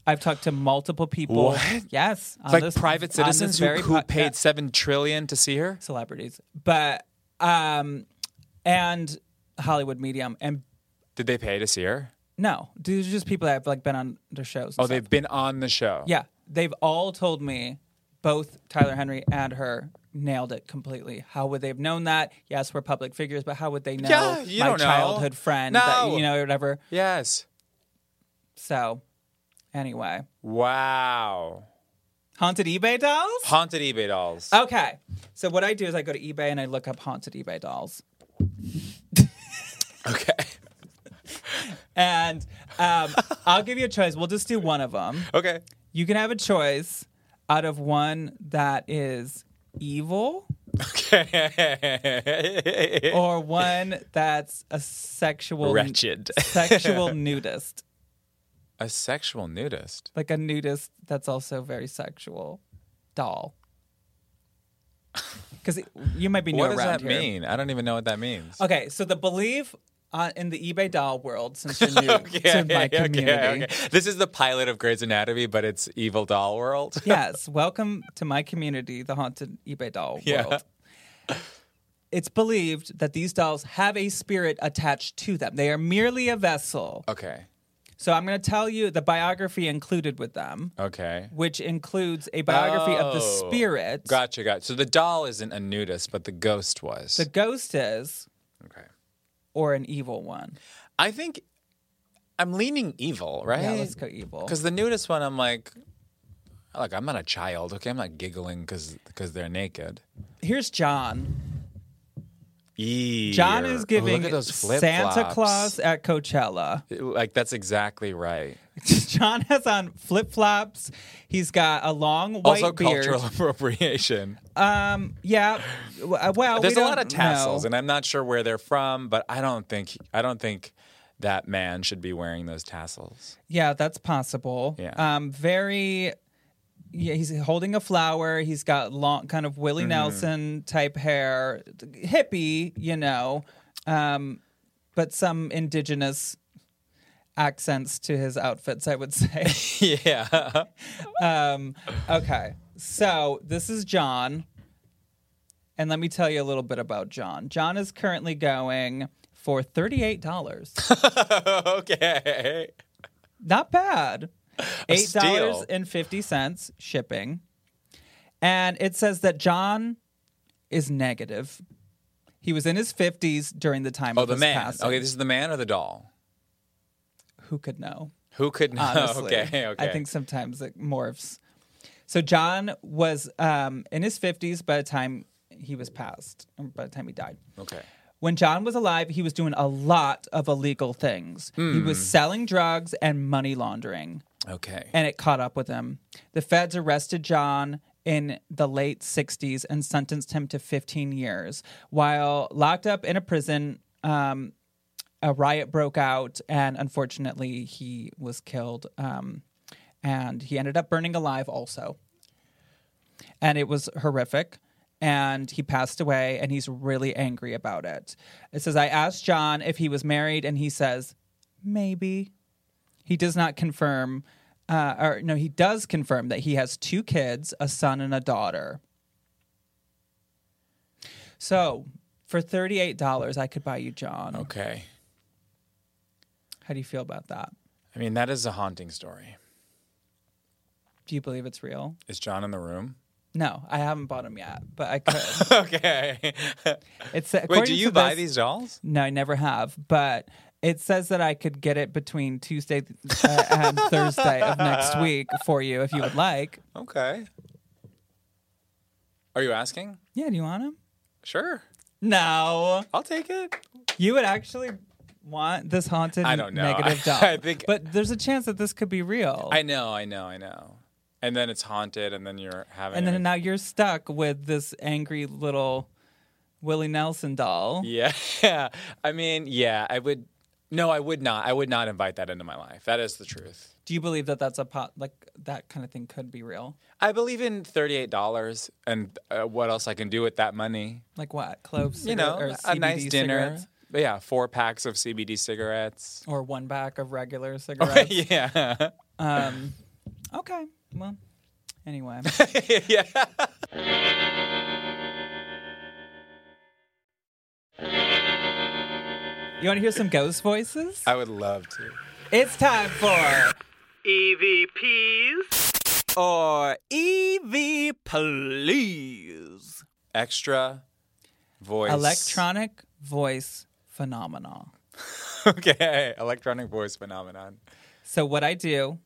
S3: I've talked to multiple people.
S4: What?
S3: Yes, on
S4: It's like
S3: this-
S4: private
S3: on this
S4: citizens who,
S3: very
S4: who
S3: po-
S4: paid
S3: yeah,
S4: seven trillion to see her.
S3: celebrities, but um, and Hollywood medium, and
S4: Did they pay to see her?
S3: no, these are just people that have like been on their shows. and
S4: Oh,
S3: stuff.
S4: they've been on the show.
S3: yeah, they've all told me both Tyler Henry and her nailed it completely. How would they have known that? Yes, we're public figures, but how would they know
S4: Yeah, you
S3: my
S4: don't know.
S3: childhood friend that
S4: No.
S3: you know or whatever?
S4: Yes.
S3: So, anyway,
S4: Wow.
S3: haunted eBay dolls.
S4: Haunted eBay dolls.
S3: Okay. So what I do is I go to eBay and I look up haunted eBay dolls.
S4: Okay.
S3: And um, I'll give you a choice. We'll just do one of them.
S4: okay.
S3: You can have a choice out of one that is evil
S4: Okay.
S3: or one that's a sexual
S4: Wretched.
S3: sexual nudist.
S4: A sexual nudist.
S3: Like a nudist that's also very sexual doll. Cuz you might be new
S4: what does
S3: around
S4: that
S3: here.
S4: mean? I don't even know what that means.
S3: Okay, so the belief uh, in the eBay doll world since you're new to my
S4: okay,
S3: community.
S4: okay. This is the pilot of Grey's Anatomy, but it's Evil Doll World.
S3: yes, welcome to my community, the haunted eBay doll
S4: Yeah.
S3: world. It's believed that these dolls have a spirit attached to them. They are merely a vessel.
S4: Okay.
S3: So I'm going to tell you the biography included with them,
S4: Okay.
S3: which includes a biography of the
S4: Oh.
S3: spirit.
S4: Gotcha, gotcha. So the doll isn't a nudist, but the ghost was.
S3: The ghost is,
S4: okay.
S3: or an evil one.
S4: I think I'm leaning evil, right?
S3: Yeah, let's go evil.
S4: Because the nudist one, I'm like, look, I'm not a child, okay? I'm not giggling because they're naked.
S3: Here's John.
S4: Eee.
S3: John
S4: Oh,
S3: is
S4: look
S3: giving
S4: at those
S3: Santa
S4: flip-flops.
S3: Claus at Coachella.
S4: Like, that's exactly right.
S3: John has on flip flops. He's got a long white
S4: also,
S3: beard.
S4: cultural appropriation.
S3: Yeah. W- uh, Well,
S4: There's
S3: we
S4: a lot
S3: don't
S4: of tassels,
S3: know.
S4: and I'm not sure where they're from, but I don't think I don't think that man should be wearing those tassels.
S3: yeah, that's possible.
S4: Yeah.
S3: Um, very. Yeah, he's holding a flower. He's got long, kind of
S4: Mm-hmm.
S3: Willie Nelson type hair, hippie, you know, um, but some indigenous accents to his outfits, I would say.
S4: yeah.
S3: Okay. So this is John. And let me tell you a little bit about John. John is currently going for $38.
S4: okay.
S3: Not bad.
S4: steal.
S3: $8.50 shipping. And it says that John is negative. He was in his 50s during the time
S4: Oh,
S3: of
S4: the
S3: his
S4: man.
S3: passing.
S4: Okay, this is the man or the doll.
S3: Who could know?
S4: Who could know?
S3: honestly.
S4: okay, okay.
S3: I think sometimes it morphs. So John was um, in his 50s by the time he was passed, or by the time he died.
S4: Okay.
S3: When John was alive, he was doing a lot of illegal things. He
S4: Hmm.
S3: was selling drugs and money laundering,
S4: Okay.
S3: and it caught up with him. The feds arrested John in the late 60s and sentenced him to 15 years. While locked up in a prison, um, a riot broke out, and unfortunately, he was killed. Um, and he ended up burning alive also. And it was horrific. And he passed away, and he's really angry about it. It says, I asked John if he was married, and he says, maybe. He does not confirm, uh, or no, he does confirm that he has two kids a son and a daughter. So for $38, I could buy you John.
S4: okay.
S3: How do you feel about that?
S4: I mean, that is a haunting story.
S3: Do you believe it's real?
S4: Is John in the room?
S3: No, I haven't bought them yet, but I could.
S4: okay.
S3: It's
S4: Wait,
S3: according
S4: do
S3: to
S4: you buy
S3: this-
S4: these dolls?
S3: No, I never have, but it says that I could get it between Tuesday uh, and Thursday of next week for you if you would like.
S4: Okay. Are you asking?
S3: Yeah, do you want them?
S4: Sure.
S3: No,
S4: I'll take it.
S3: you would actually want this haunted
S4: I don't know.
S3: negative doll.
S4: I think-
S3: but there's a chance that this could be real.
S4: I know, I know, I know. And then it's haunted, and then you're having.
S3: and then
S4: an-
S3: now you're stuck with this angry little Willie Nelson doll.
S4: Yeah. Yeah. I mean, yeah, I would. No, I would not. I would not invite that into my life. That is the truth.
S3: Do you believe that that's a pot like that kind of thing could be real?
S4: I believe in thirty-eight dollars and uh, what else I can do with that money.
S3: Like what? Cloves,
S4: You know,
S3: or
S4: a
S3: CBD
S4: nice dinner.
S3: cigarettes?
S4: But yeah, four packs of CBD cigarettes.
S3: or one pack of
S4: Oh,
S3: regular cigarettes.
S4: yeah.
S3: Um, okay. Well, anyway.
S4: yeah.
S3: You want to hear some ghost voices?
S4: I would love to.
S3: It's time for
S2: EVPs or EV please.
S4: Extra voice.
S3: electronic voice phenomena.
S4: okay. Electronic voice phenomenon.
S3: So what I do,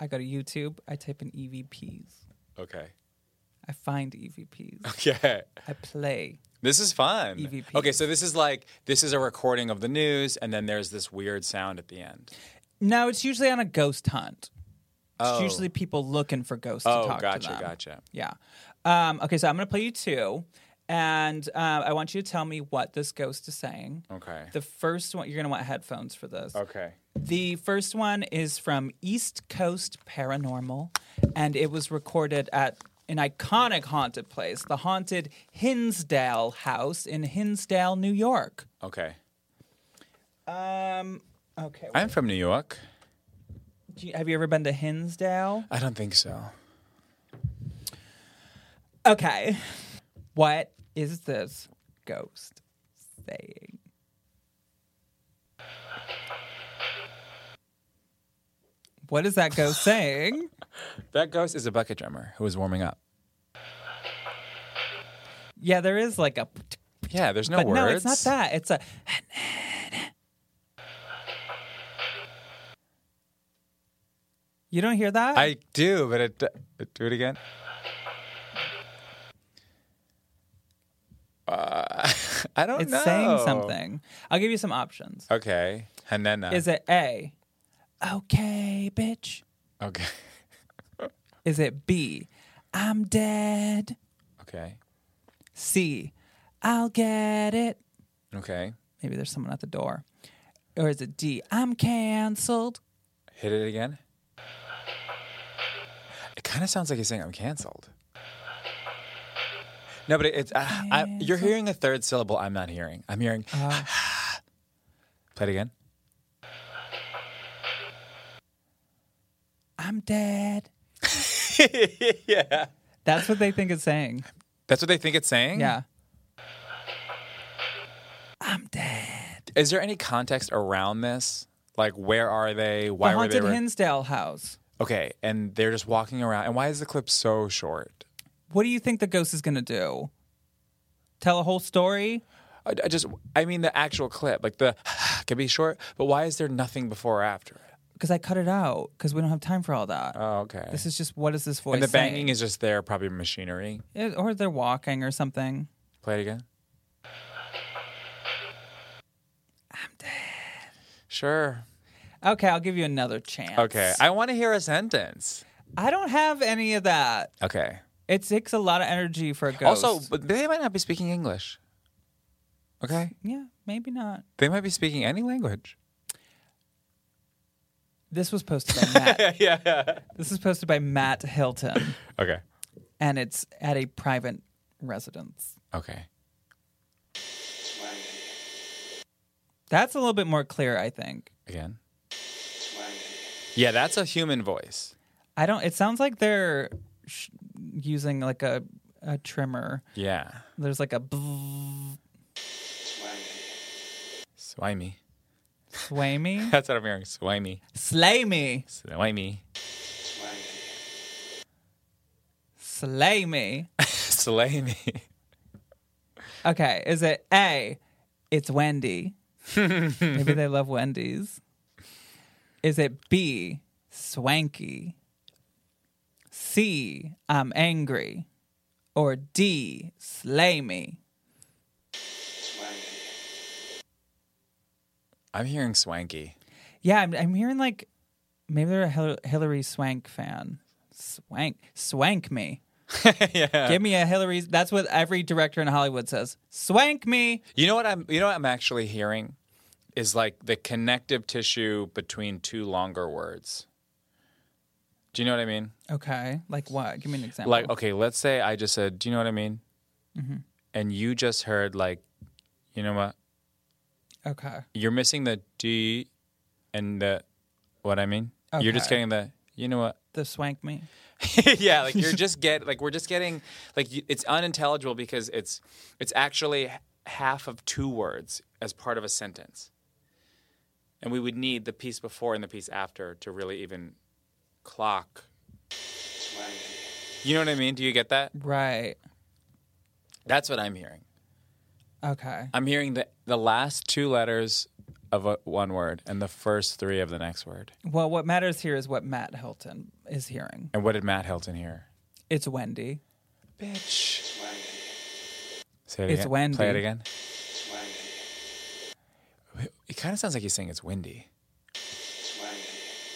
S3: I go to YouTube, I type in EVPs.
S4: Okay.
S3: I find EVPs.
S4: Okay.
S3: I play.
S4: This is fun.
S3: EVPs.
S4: Okay, so this is like this is a recording of the news, and then there's this weird sound at the end.
S3: No, it's usually on a ghost hunt. It's
S4: Oh.
S3: usually people looking for ghosts to
S4: Oh,
S3: talk to
S4: gotcha,
S3: them.
S4: gotcha.
S3: Yeah. Um, okay, so I'm going to play you two, and uh, I want you to tell me what this ghost is saying.
S4: Okay.
S3: The first one, you're going to want headphones for this.
S4: Okay.
S3: The first one is from East Coast Paranormal, and it was recorded at an iconic haunted place, the haunted Hinsdale House in Hinsdale, New York.
S4: Okay.
S3: Um, okay.
S4: I'm from New York.
S3: Do you- have you ever been to Hinsdale?
S4: I don't think so.
S3: Okay. What is this ghost saying? What is that ghost saying?
S4: That ghost is a bucket drummer who was warming up.
S3: Yeah, there is like a.
S4: Yeah, there's no
S3: But
S4: words.
S3: no, it's not that. It's a. You don't hear that?
S4: I do, but it do it again. Uh, I don't
S3: it's
S4: know.
S3: saying something. I'll give you some options.
S4: Okay. Hanena.
S3: Is it A? Okay, bitch.
S4: Okay.
S3: Is it B? I'm dead.
S4: Okay.
S3: C. I'll get it.
S4: Okay.
S3: Maybe there's someone at the door. Or is it D? I'm canceled.
S4: Hit it again. It kind of sounds like he's saying I'm canceled. No, but it- it's uh, I, you're hearing a third syllable I'm not hearing. I'm hearing.
S3: Uh.
S4: Play it again.
S3: I'm dead.
S4: yeah. Mm.
S3: That's what they think it's saying.
S4: That's what they think it's saying.
S3: Yeah. I'm dead.
S4: Is there any context around this? Like, where are they?
S3: The
S4: Why were they?
S3: haunted
S4: re-
S3: Hinsdale house.
S4: okay, and they're just walking around. And why is the clip so short?
S3: What do you think the ghost is going to do? Tell a whole story?
S4: I, I just, I mean, the actual clip, like the can be short, but why is there nothing before or after it?
S3: Because I cut it out because we don't have time for all that.
S4: Oh, okay.
S3: this is just what is this voice?
S4: And the
S3: saying?
S4: banging is just there, probably machinery.
S3: It- or they're walking or something.
S4: Play it again. I'm dead. Sure.
S3: Okay, I'll give you another chance.
S4: Okay. I want to hear a sentence.
S3: I don't have any of that.
S4: Okay.
S3: It takes a lot of energy for a ghost.
S4: Also, but they might not be speaking English. Okay.
S3: yeah, maybe not.
S4: They might be speaking any language.
S3: This was posted by Matt. yeah. This is posted by Matt Hilton,
S4: Okay.
S3: and it's at a private residence.
S4: Okay.
S3: That's a little bit more clear, I think.
S4: Again. Yeah, that's a human voice.
S3: I don't. It sounds like they're sh- using like a a trimmer.
S4: Yeah.
S3: There's like a bzzz,
S4: Swimey.
S3: sway me,
S4: That's what I'm hearing. Swimey.
S3: slay me.
S4: Swimey.
S3: Slay me.
S4: Slay me.
S3: Okay, is it A, it's Wendy? Maybe they love Wendy's. Is it B, swanky? C, I'm angry? Or D, slay me?
S4: I'm hearing swanky.
S3: Yeah, I'm, I'm hearing like maybe they're a Hil- Hillary Swank fan. Swank, swank me.
S4: yeah.
S3: Give me a Hillary. That's what every director in Hollywood says. Swank me.
S4: You know what I'm you know what I'm actually hearing is like the connective tissue between two longer words. Do you know what I mean?
S3: Okay, like what? Give me an example.
S4: Like okay, let's say I just said, "Do you know what I mean?" And you just heard like, you know what? uh,
S3: okay,
S4: You're missing the D and the what I mean. You're just
S3: Okay.
S4: getting the you know what?
S3: the swank me.
S4: yeah, like you're just get like we're just getting like you- it's unintelligible because it's it's actually h- half of two words as part of a sentence, and we would need the piece before and the piece after to really even clock. You know what I mean? Do you get that?
S3: Right.
S4: That's what I'm hearing.
S3: Okay.
S4: I'm hearing the the last two letters of a, one word and the first three of the next word.
S3: Well, what matters here is what Matt Hilton is hearing.
S4: And what did Matt Helton hear?
S3: It's Wendy.
S4: Bitch. Say it
S3: It's
S4: again.
S3: Wendy.
S4: Play it again. It kind of sounds like he's saying it's windy.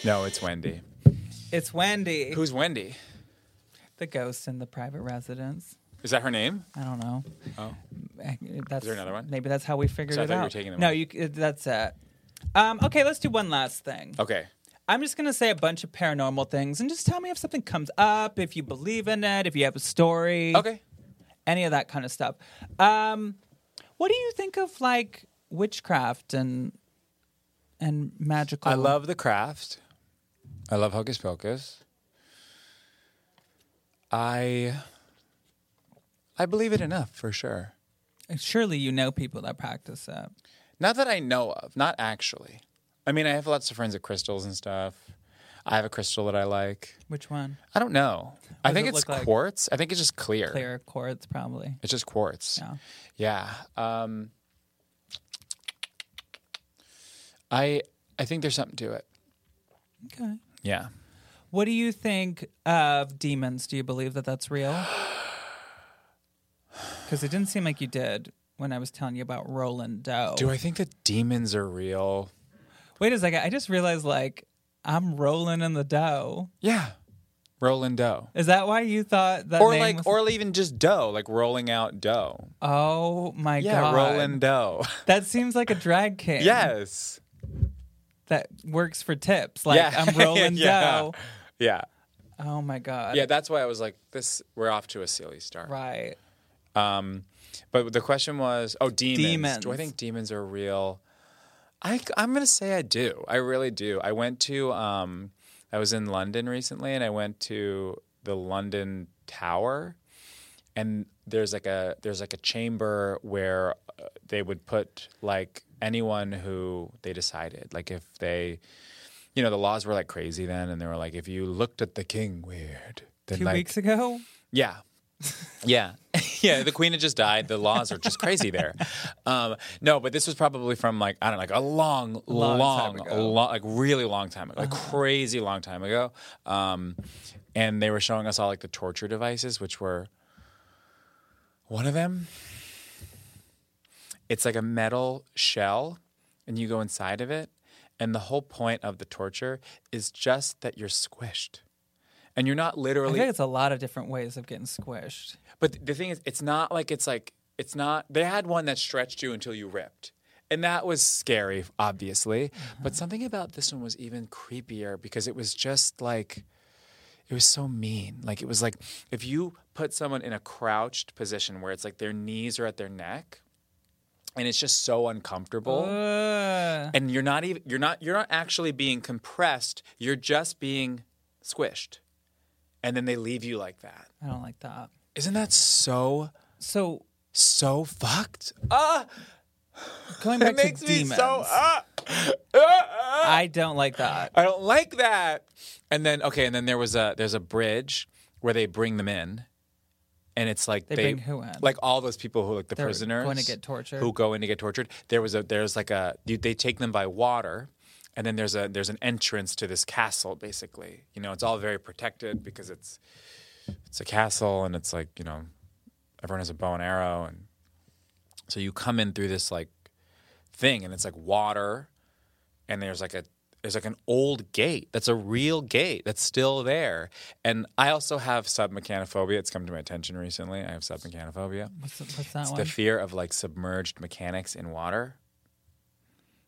S4: No, it's Wendy.
S3: It's Wendy.
S4: Who's Wendy?
S3: the ghost in the private residence.
S4: Is that her name?
S3: I don't know. Eh,
S4: Oh.
S3: That's,
S4: there another one?
S3: Maybe that's how we figured
S4: So I
S3: it
S4: thought you
S3: out.
S4: were taking them
S3: no,
S4: all.
S3: you. c- That's it. Um, okay, let's do one last thing.
S4: Okay.
S3: I'm just gonna say a bunch of paranormal things, and just tell me if something comes up, if you believe in it, if you have a story.
S4: Okay.
S3: any of that kind of stuff. Um, what do you think of like witchcraft and and magical?
S4: I love the craft. I love Hocus Pocus. I I believe it enough for sure.
S3: Surely you know people that practice it.
S4: Not that I know of, not actually. I mean, I have lots of friends with crystals and stuff. I have a crystal that I like.
S3: Which one?
S4: I don't know. I
S3: does
S4: think
S3: it
S4: it's
S3: look like?
S4: quartz. I think it's just clear.
S3: Clear quartz, probably.
S4: It's just quartz. Yeah. Um, I I think there's something to it.
S3: Okay.
S4: Yeah.
S3: What do you think of demons? Do you believe that that's real? Because it didn't seem like you did when I was telling you about Roland Doe.
S4: Do I think that demons are real?
S3: Wait a second. I just realized like I'm rolling in the dough.
S4: Yeah. Rolling dough.
S3: Is that why you thought that
S4: Or
S3: name
S4: like
S3: was-
S4: or even just dough, like rolling out dough.
S3: Oh my
S4: Yeah,
S3: god.
S4: rolling dough.
S3: That seems like a drag king.
S4: yes.
S3: That works for tips. Like
S4: yeah.
S3: I'm rolling
S4: yeah.
S3: dough.
S4: Yeah.
S3: Oh my god.
S4: Yeah, that's why I was like, this we're off to a silly start.
S3: Right.
S4: Um, but the question was, oh, demons. Do I
S3: Demons.
S4: think demons are real? I, I'm gonna say I do. I really do. I went to, um, I was in London recently, and I went to the London Tower, and there's like a there's like a chamber where uh, they would put like anyone who they decided, like if they, you know, the laws were like crazy then, and they were like, if you looked at the king weird, then
S3: Two
S4: like,
S3: weeks ago.
S4: yeah. Yeah. yeah. The queen had just died. The laws are just crazy there. Um, no, but this was probably from like, I don't know, like a long,
S3: Long time
S4: long,
S3: ago. Uh-huh.
S4: lo- like really long time ago, like crazy long time ago. Um, and they were showing us all like the torture devices, which were one of them. It's like a metal shell, and you go inside of it. And the whole point of the torture is just that you're squished. And you're not
S3: I
S4: literally
S3: think it's a lot of different ways of getting squished.
S4: but th- the thing is, it's not like it's like it's not. They had one that stretched you until you ripped, and that was scary, obviously. But something about this one was even creepier because it was just like it was so mean. Like it was like if you put someone in a crouched position where it's like their knees are at their neck, and it's just so uncomfortable
S3: Uh,
S4: and you're not even you're not you're not actually being compressed you're just being squished and then they leave you like that
S3: I don't like that.
S4: isn't that so
S3: So
S4: so fucked
S3: going back
S4: Uh, it makes
S3: to
S4: me
S3: demons,
S4: so uh. ah,
S3: I don't like that.
S4: i don't like that and then okay and then there was a there's a bridge where they bring them in and it's like
S3: They
S4: they,
S3: bring who in?
S4: Like all those people who like the
S3: They're going to
S4: prisoners
S3: get tortured.
S4: who go in to get tortured. There was a there's like a you, they take them by water, and then there's a there's an entrance to this castle basically. You know, it's all very protected because it's it's a castle and it's like you know everyone has a bow and arrow and so you come in through this like thing and it's like water and there's like a there's like an old gate that's a real gate that's still there and i also have submechanophobia it's come to my attention recently i have submechanophobia
S3: What's, the- what's that
S4: it's
S3: one?
S4: the fear of like submerged mechanics in water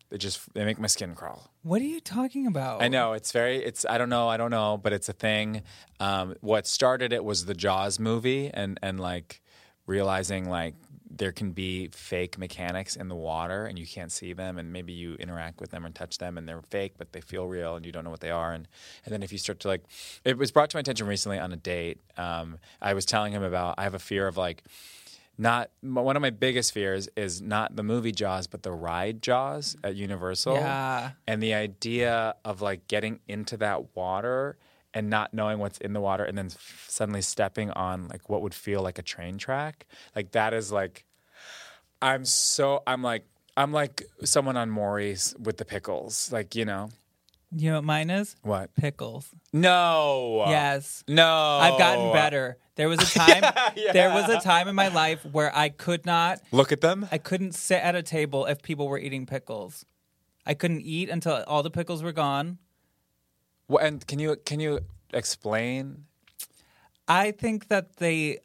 S4: they just they make my skin crawl
S3: what are you talking about?
S4: I know it's very. It's I don't know. I don't know, but it's a thing. Um, what started it was the Jaws movie, and and like realizing like there can be fake mechanics in the water, and you can't see them, and maybe you interact with them and touch them, and they're fake, but they feel real, and you don't know what they are, and and then if you start to like, it was brought to my attention recently on a date. Um, I was telling him about I have a fear of like not m- one of my biggest fears is not the movie Jaws, but the ride Jaws at Universal.
S3: Yeah.
S4: And the idea of like getting into that water and not knowing what's in the water and then f- suddenly stepping on like what would feel like a train track. Like that is like, I'm so, I'm like, I'm like someone on Maury's with the pickles. Like, you know,
S3: You know what mine is?
S4: what? Uh.
S3: Pickles.
S4: No.
S3: yes.
S4: No.
S3: I've gotten
S4: Oh.
S3: better. There was a time there was a time in my life where I could not
S4: Look at them.
S3: I couldn't sit at a table if people were eating pickles. I couldn't eat until all the pickles were gone.
S4: Wha- and can you, can you explain?
S3: I think that they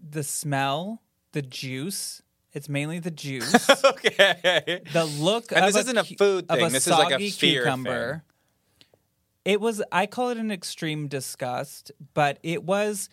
S3: the smell, the juice, it's mainly the juice.
S4: Okay.
S3: the look
S4: And
S3: of
S4: this isn't a
S3: cu-
S4: food
S3: of
S4: thing. This is like a
S3: soggy
S4: fear
S3: cucumber. It was I call it an extreme disgust, but it was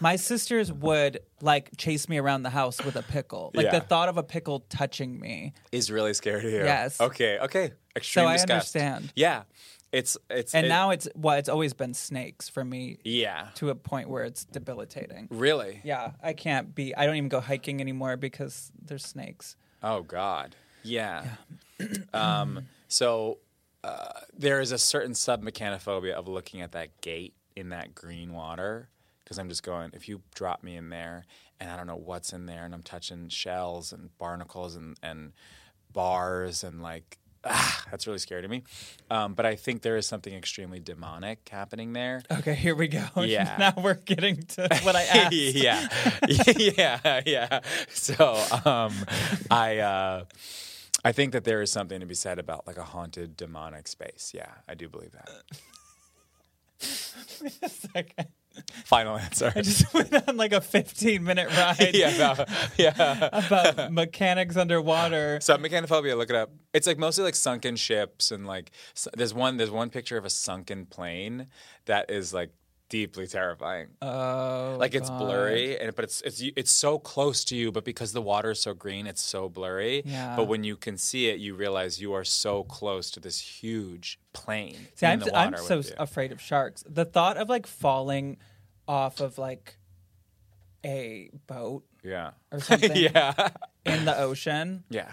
S3: my sisters would like chase me around the house with a pickle. Like
S4: Yeah.
S3: the thought of a pickle touching me.
S4: is really scary to you.
S3: Yes.
S4: Okay. Okay. Extreme
S3: I
S4: disgust.
S3: understand.
S4: Yeah. It's it's
S3: And
S4: it-
S3: now it's well, it's always been snakes for me
S4: yeah.
S3: to a point where it's debilitating.
S4: Really?
S3: Yeah, I can't be I don't even go hiking anymore because there's snakes.
S4: Oh God. Yeah. um. So uh, there is a certain submechanophobia of looking at that gate in that green water because I'm just going. If you drop me in there, and I don't know what's in there, and I'm touching shells and barnacles and and bars and like. Ah, that's really scary to me, um, but I think there is something extremely demonic happening there.
S3: Okay, here we go.
S4: Yeah.
S3: now we're getting to what I asked.
S4: yeah, yeah, yeah. So um, I uh, I think that there is something to be said about like a haunted demonic space. Yeah, I do believe that.
S3: Second.
S4: Final answer.
S3: I just went on like a 15 minute ride
S4: yeah, no, yeah.
S3: about mechanics underwater.
S4: So mechanophobia, look it up. It's like mostly like sunken ships and like s- there's one there's one picture of a sunken plane that is like deeply terrifying.
S3: Oh,
S4: like it's blurry and but it's it's it's so close to you but because the water is so green it's so blurry
S3: Yeah.
S4: but when you can see it you realize you are so close to this huge plane
S3: See,
S4: in
S3: I'm,
S4: the
S3: I'm
S4: water
S3: so
S4: with you.
S3: afraid of sharks. The thought of like falling off of like a boat
S4: yeah
S3: or something
S4: yeah
S3: in the ocean,
S4: yeah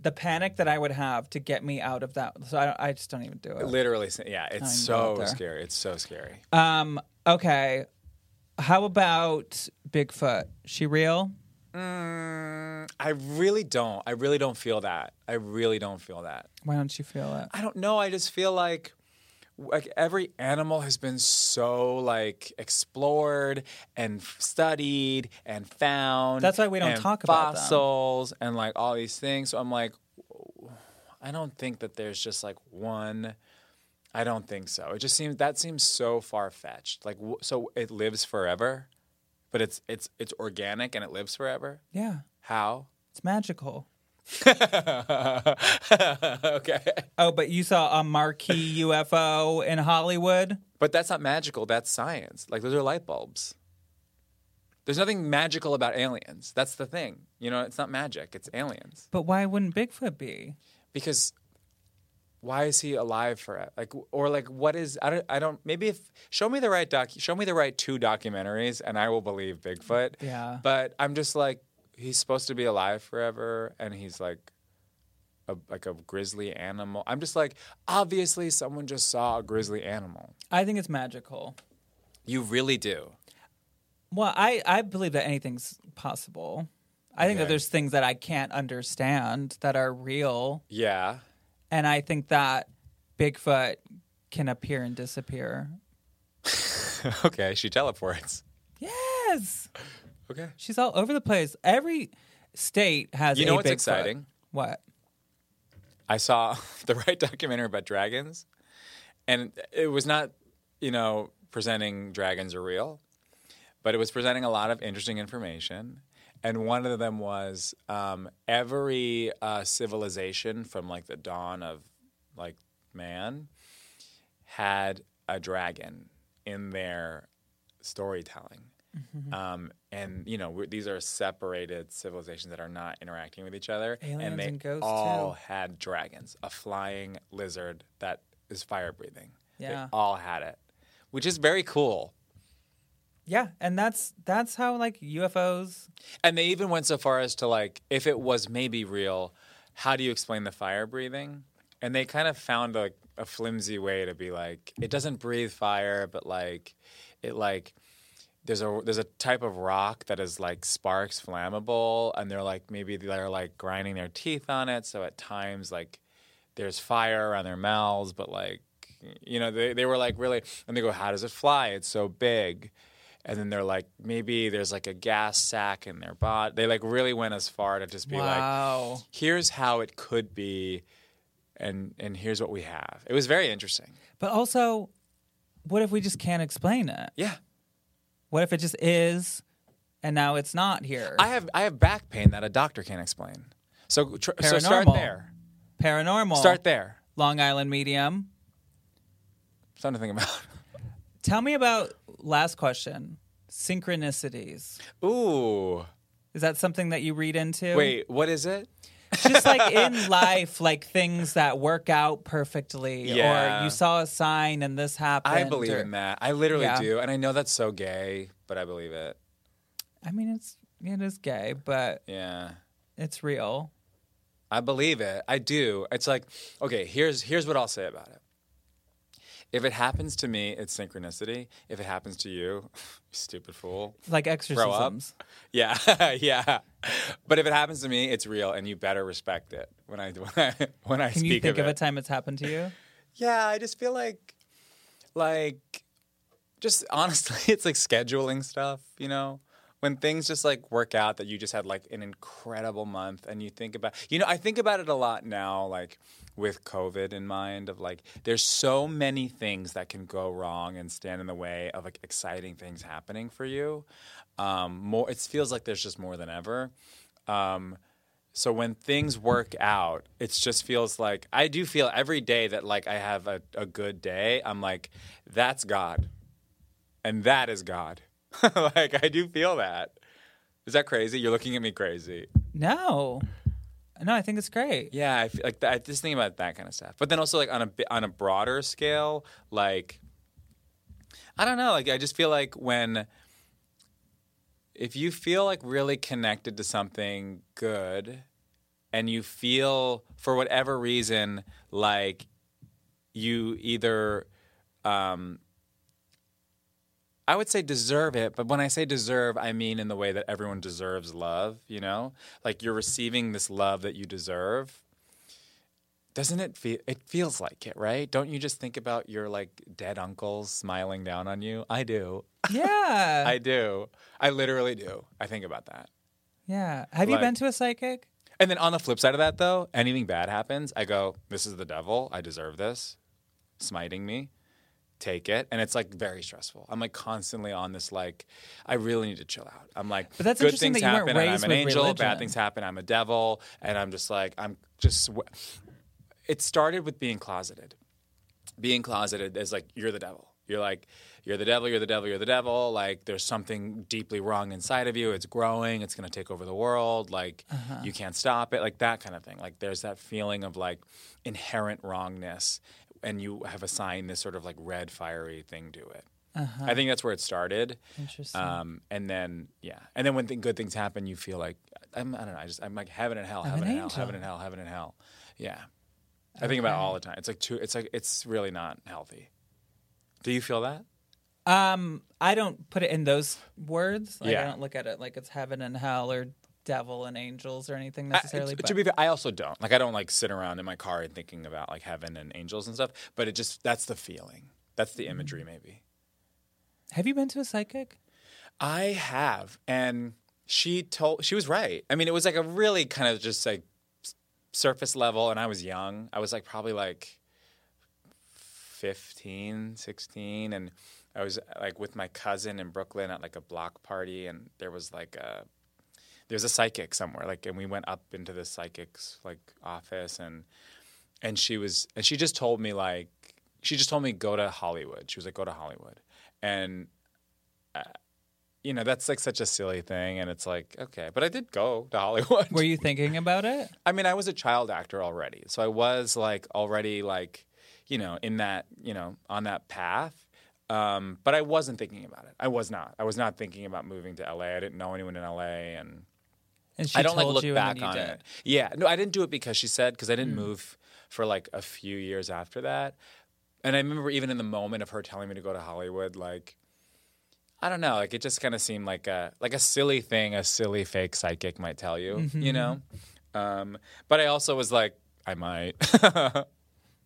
S3: the panic that I would have to get me out of that. So I, don't, I just don't even do it.
S4: literally yeah it's
S3: go out
S4: so
S3: there.
S4: scary it's so scary
S3: Um, okay. How about Bigfoot? She real?
S4: i really don't i really don't feel that i really don't feel that
S3: Why don't you feel it?
S4: I don't know. I just feel like like every animal has been so like explored and f- studied and found.
S3: That's why we don't
S4: and
S3: talk about them.
S4: fossils and like all these things. So I'm like, I don't think that there's just like one. I don't think so. It just seems that seems so far fetched. Like w- so, it lives forever, but it's it's it's organic and it lives forever.
S3: Yeah,
S4: How?
S3: it's magical.
S4: okay.
S3: Oh, but you saw a marquee UFO in Hollywood?
S4: But that's not magical. That's science. Like those are light bulbs. There's nothing magical about aliens. That's the thing. You know, it's not magic. It's aliens.
S3: But why wouldn't Bigfoot be?
S4: Because why is he alive for like or like what is I don't I don't maybe if show me the right doc show me the right two documentaries and I will believe Bigfoot.
S3: Yeah.
S4: But I'm just like he's supposed to be alive forever and he's like a, like a grizzly animal. I'm just like obviously someone just saw a grizzly animal.
S3: I think it's magical.
S4: You really do.
S3: Well, I, I believe that anything's possible. I think that
S4: Okay.
S3: there's things that I can't understand that are real,
S4: Yeah.
S3: and I think that Bigfoot can appear and disappear.
S4: okay. She teleports.
S3: Yes,
S4: Okay.
S3: she's all over the place. Every state has.
S4: You
S3: a
S4: know what's
S3: Bigfoot.
S4: exciting?
S3: What?
S4: I saw the right documentary about dragons, and it was not, you know, presenting dragons are real, but it was presenting a lot of interesting information. And one of them was um, every uh, civilization from like the dawn of like man had a dragon in their storytelling.
S3: Mm-hmm.
S4: Um, and you know we're, these are separated civilizations that are not interacting with each other,
S3: Aliens
S4: and they
S3: and ghosts,
S4: all
S3: too.
S4: had dragons, a flying lizard that is fire breathing.
S3: Yeah.
S4: They all had it, which is very cool.
S3: Yeah, and that's that's how like UFOs.
S4: And they even went so far as to like, if it was maybe real, how do you explain the fire breathing? And they kind of found a, a flimsy way to be like, it doesn't breathe fire, but like, it like there's a there's a type of rock that is like sparks flammable, and they're like maybe they're like grinding their teeth on it, so at times like there's fire around their mouths, but like you know they they were like really, and they go, how does it fly? It's so big. And then they're like, maybe there's like a gas sack in their body. They like really went as far to just be like,
S3: Wow.
S4: here's how it could be, and and here's what we have. It was very interesting.
S3: But also, what if we just can't explain it?
S4: Yeah,
S3: What if it just is, and now it's not here?
S4: I have I have back pain that a doctor can't explain. So tr- so start
S3: Paranormal.
S4: there.
S3: Paranormal.
S4: Start there.
S3: Long Island medium.
S4: Something to think about.
S3: Tell me about last question. Synchronicities.
S4: Ooh,
S3: Is that something that you read into?
S4: wait, what is it?
S3: Just like in life, like things that work out perfectly.
S4: Yeah.
S3: Or you saw a sign and this happened.
S4: I believe
S3: or-
S4: in that. I literally
S3: Yeah.
S4: do, and I know that's so gay, but I believe it.
S3: I mean it's it is gay, but
S4: Yeah.
S3: it's real.
S4: I believe it. I do. It's like, okay, here's here's what I'll say about it. If it happens to me, it's synchronicity. If it happens to you, you stupid fool.
S3: Like exorcisms.
S4: Yeah, yeah. But if it happens to me, it's real, and you better respect it. When I when I when I
S3: Can
S4: speak
S3: you think of,
S4: it.
S3: a time it's happened to you?
S4: Yeah, I just feel like, like, just honestly, it's like scheduling stuff, you know? When things just like work out that you just had like an incredible month and you think about, you know, I think about it a lot now, like with COVID in mind, of like, there's so many things that can go wrong and stand in the way of like exciting things happening for you. Um, more, it feels like there's just more than ever. Um, so when things work out, it just feels like I do feel every day that like I have a, a good day. I'm like, that's God. And that is God. like I do feel that. Is that crazy? You're looking at me crazy.
S3: No. No, I think it's great.
S4: Yeah, I feel like that, I just think about that kind of stuff. But then also like on a bi- on a broader scale, like I don't know, like I just feel like when if you feel like really connected to something good and you feel for whatever reason like you either um I would say deserve it, but when I say deserve, I mean in the way that everyone deserves love, you know? Like you're receiving this love that you deserve. Doesn't it feel it feels like it, right? Don't you just think about your like dead uncles smiling down on you? I do.
S3: Yeah.
S4: I do. I literally do. I think about that.
S3: yeah. Have you
S4: like-
S3: been to a psychic?
S4: And then on the flip side of that, though, anything bad happens, I go, "This is the devil. I deserve this, smiting me. Take it." And it's like very stressful. I'm like constantly on this like, I really need to chill out. I'm like,
S3: But that's
S4: good
S3: interesting
S4: things
S3: that you weren't
S4: happen, and I'm
S3: raised
S4: an
S3: with
S4: angel.
S3: religion.
S4: Bad things happen, I'm a devil, and I'm just like, I'm just. Sw- it started with being closeted. Being closeted is like you're the devil. You're like you're the devil. You're the devil. You're the devil. Like there's something deeply wrong inside of you. It's growing. It's gonna take over the world. Like
S3: Uh-huh.
S4: you can't stop it. Like that kind of thing. Like there's that feeling of like inherent wrongness, and you have assigned this sort of like red fiery thing to it. I think that's where it started.
S3: Uh-huh. Interesting.
S4: Um, and then yeah, and then when th- good things happen, you feel like I'm, I don't know. I just I'm like heaven and hell,
S3: I'm
S4: heaven
S3: an
S4: and hell,
S3: angel.
S4: heaven and hell, heaven and hell. Yeah, I think about it all the time. It's like too. It's like it's really not healthy. Do you feel that?
S3: Um, I don't put it in those words. Like, I
S4: Yeah.
S3: don't look at it like it's heaven and hell or devil and angels or anything
S4: I-
S3: necessarily.
S4: to-
S3: but
S4: to be fair, I also don't like. I don't like sit around in my car and thinking about like heaven and angels and stuff. But it just that's the feeling. That's
S3: Mm-hmm.
S4: the imagery, maybe.
S3: have you been to a psychic?
S4: I have, and she told she was right. I mean, it was like a really kind of just like s- surface level, and I was young. I was like probably like 15, 16, and I was like with my cousin in Brooklyn at like a block party, and there was like a there was a psychic somewhere, like, and we went up into the psychic's like office, and and she was and she just told me like she just told me go to Hollywood. She was like go to Hollywood, and uh, you know that's like such a silly thing and it's like okay but i did go to hollywood
S3: Were you thinking about it?
S4: i mean i was a child actor already so i was like already like you know in that you know on that path um, but i wasn't thinking about it i was not i was not thinking about moving to la i didn't know anyone in la and
S3: And she
S4: I don't like
S3: told
S4: look
S3: you
S4: back
S3: and then
S4: on
S3: you did. Mm.
S4: it. Yeah, no, I didn't do it because she said because I didn't move for like a few years after that, and I remember even in the moment of her telling me to go to Hollywood, like I don't know, like it just kind of seemed like a like a silly thing a silly fake psychic might tell you,
S3: Mm-hmm.
S4: you know. Um, but I also was like, I might,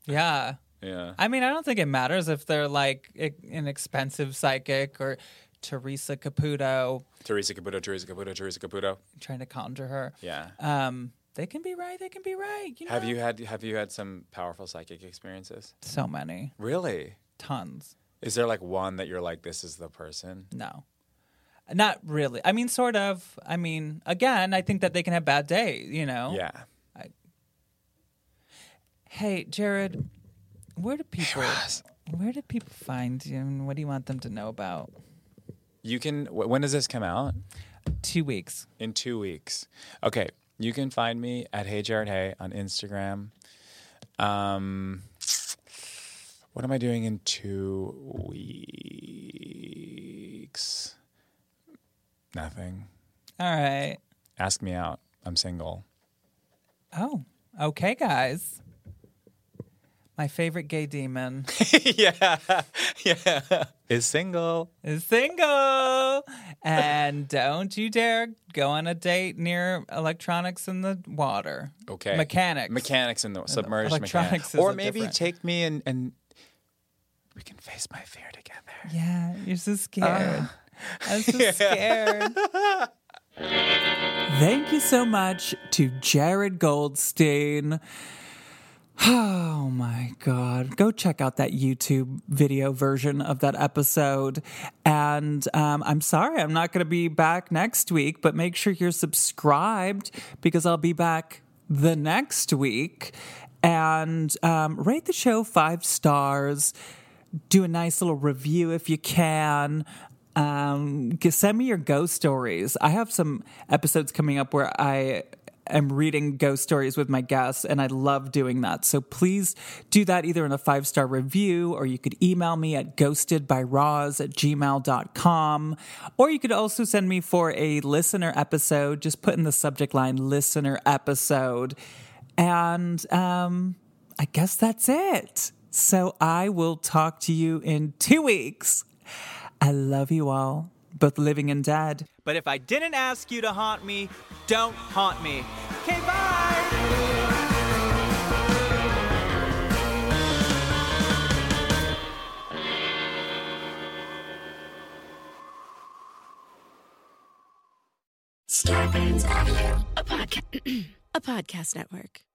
S3: Yeah.
S4: yeah.
S3: I mean, I don't think it matters if they're like e- an expensive psychic or Teresa Caputo
S4: Teresa Caputo, Teresa Caputo, Teresa Caputo.
S3: trying to conjure her.
S4: Yeah.
S3: Um, they can be right. They can be right. You know?
S4: have you had have you had some powerful psychic experiences?
S3: So many
S4: Really?
S3: tons.
S4: Is there like one that you're like, this is the person?
S3: No. Not really. I mean, sort of. I mean, again, I think that they can have bad days, you know?
S4: Yeah.
S3: Hey, Jared, where do people where do people find you and what do you want them to know about?
S4: You can. wh- When does this come out?
S3: Two weeks.
S4: In two weeks. Okay. You can find me at Hey Jared Hey on Instagram. Um, what am I doing in two weeks? Nothing.
S3: All right.
S4: Ask me out. I'm single.
S3: Oh, okay, guys. My favorite gay demon
S4: yeah. Yeah. Is single.
S3: is single. And don't you dare go on a date near electronics in the water.
S4: Okay.
S3: Mechanics.
S4: Mechanics in the submerged
S3: electronics
S4: mechanics.
S3: is
S4: Or
S3: a
S4: maybe
S3: different-
S4: take me and, and we can face my fear together.
S3: Yeah, you're so scared. I'm so scared. Thank you so much to Jared Goldstein. Oh my God. Go check out that YouTube video version of that episode. And um, I'm sorry, I'm not going to be back next week, but make sure you're subscribed because I'll be back the next week. And um, rate the show five stars. Do a nice little review if you can. Um, g- send me your ghost stories. I have some episodes coming up where I am reading ghost stories with my guests, and I love doing that. So please do that either in a five star review, or you could email me at ghostedbyroz at gmail.com. Or you could also send me for a listener episode. Just put in the subject line listener episode. And um, I guess that's it. So I will talk to you in two weeks. I love you all, both living and dead. But if I didn't ask you to haunt me, don't haunt me. Okay, bye!
S6: Star Audio, a, podca- a podcast network.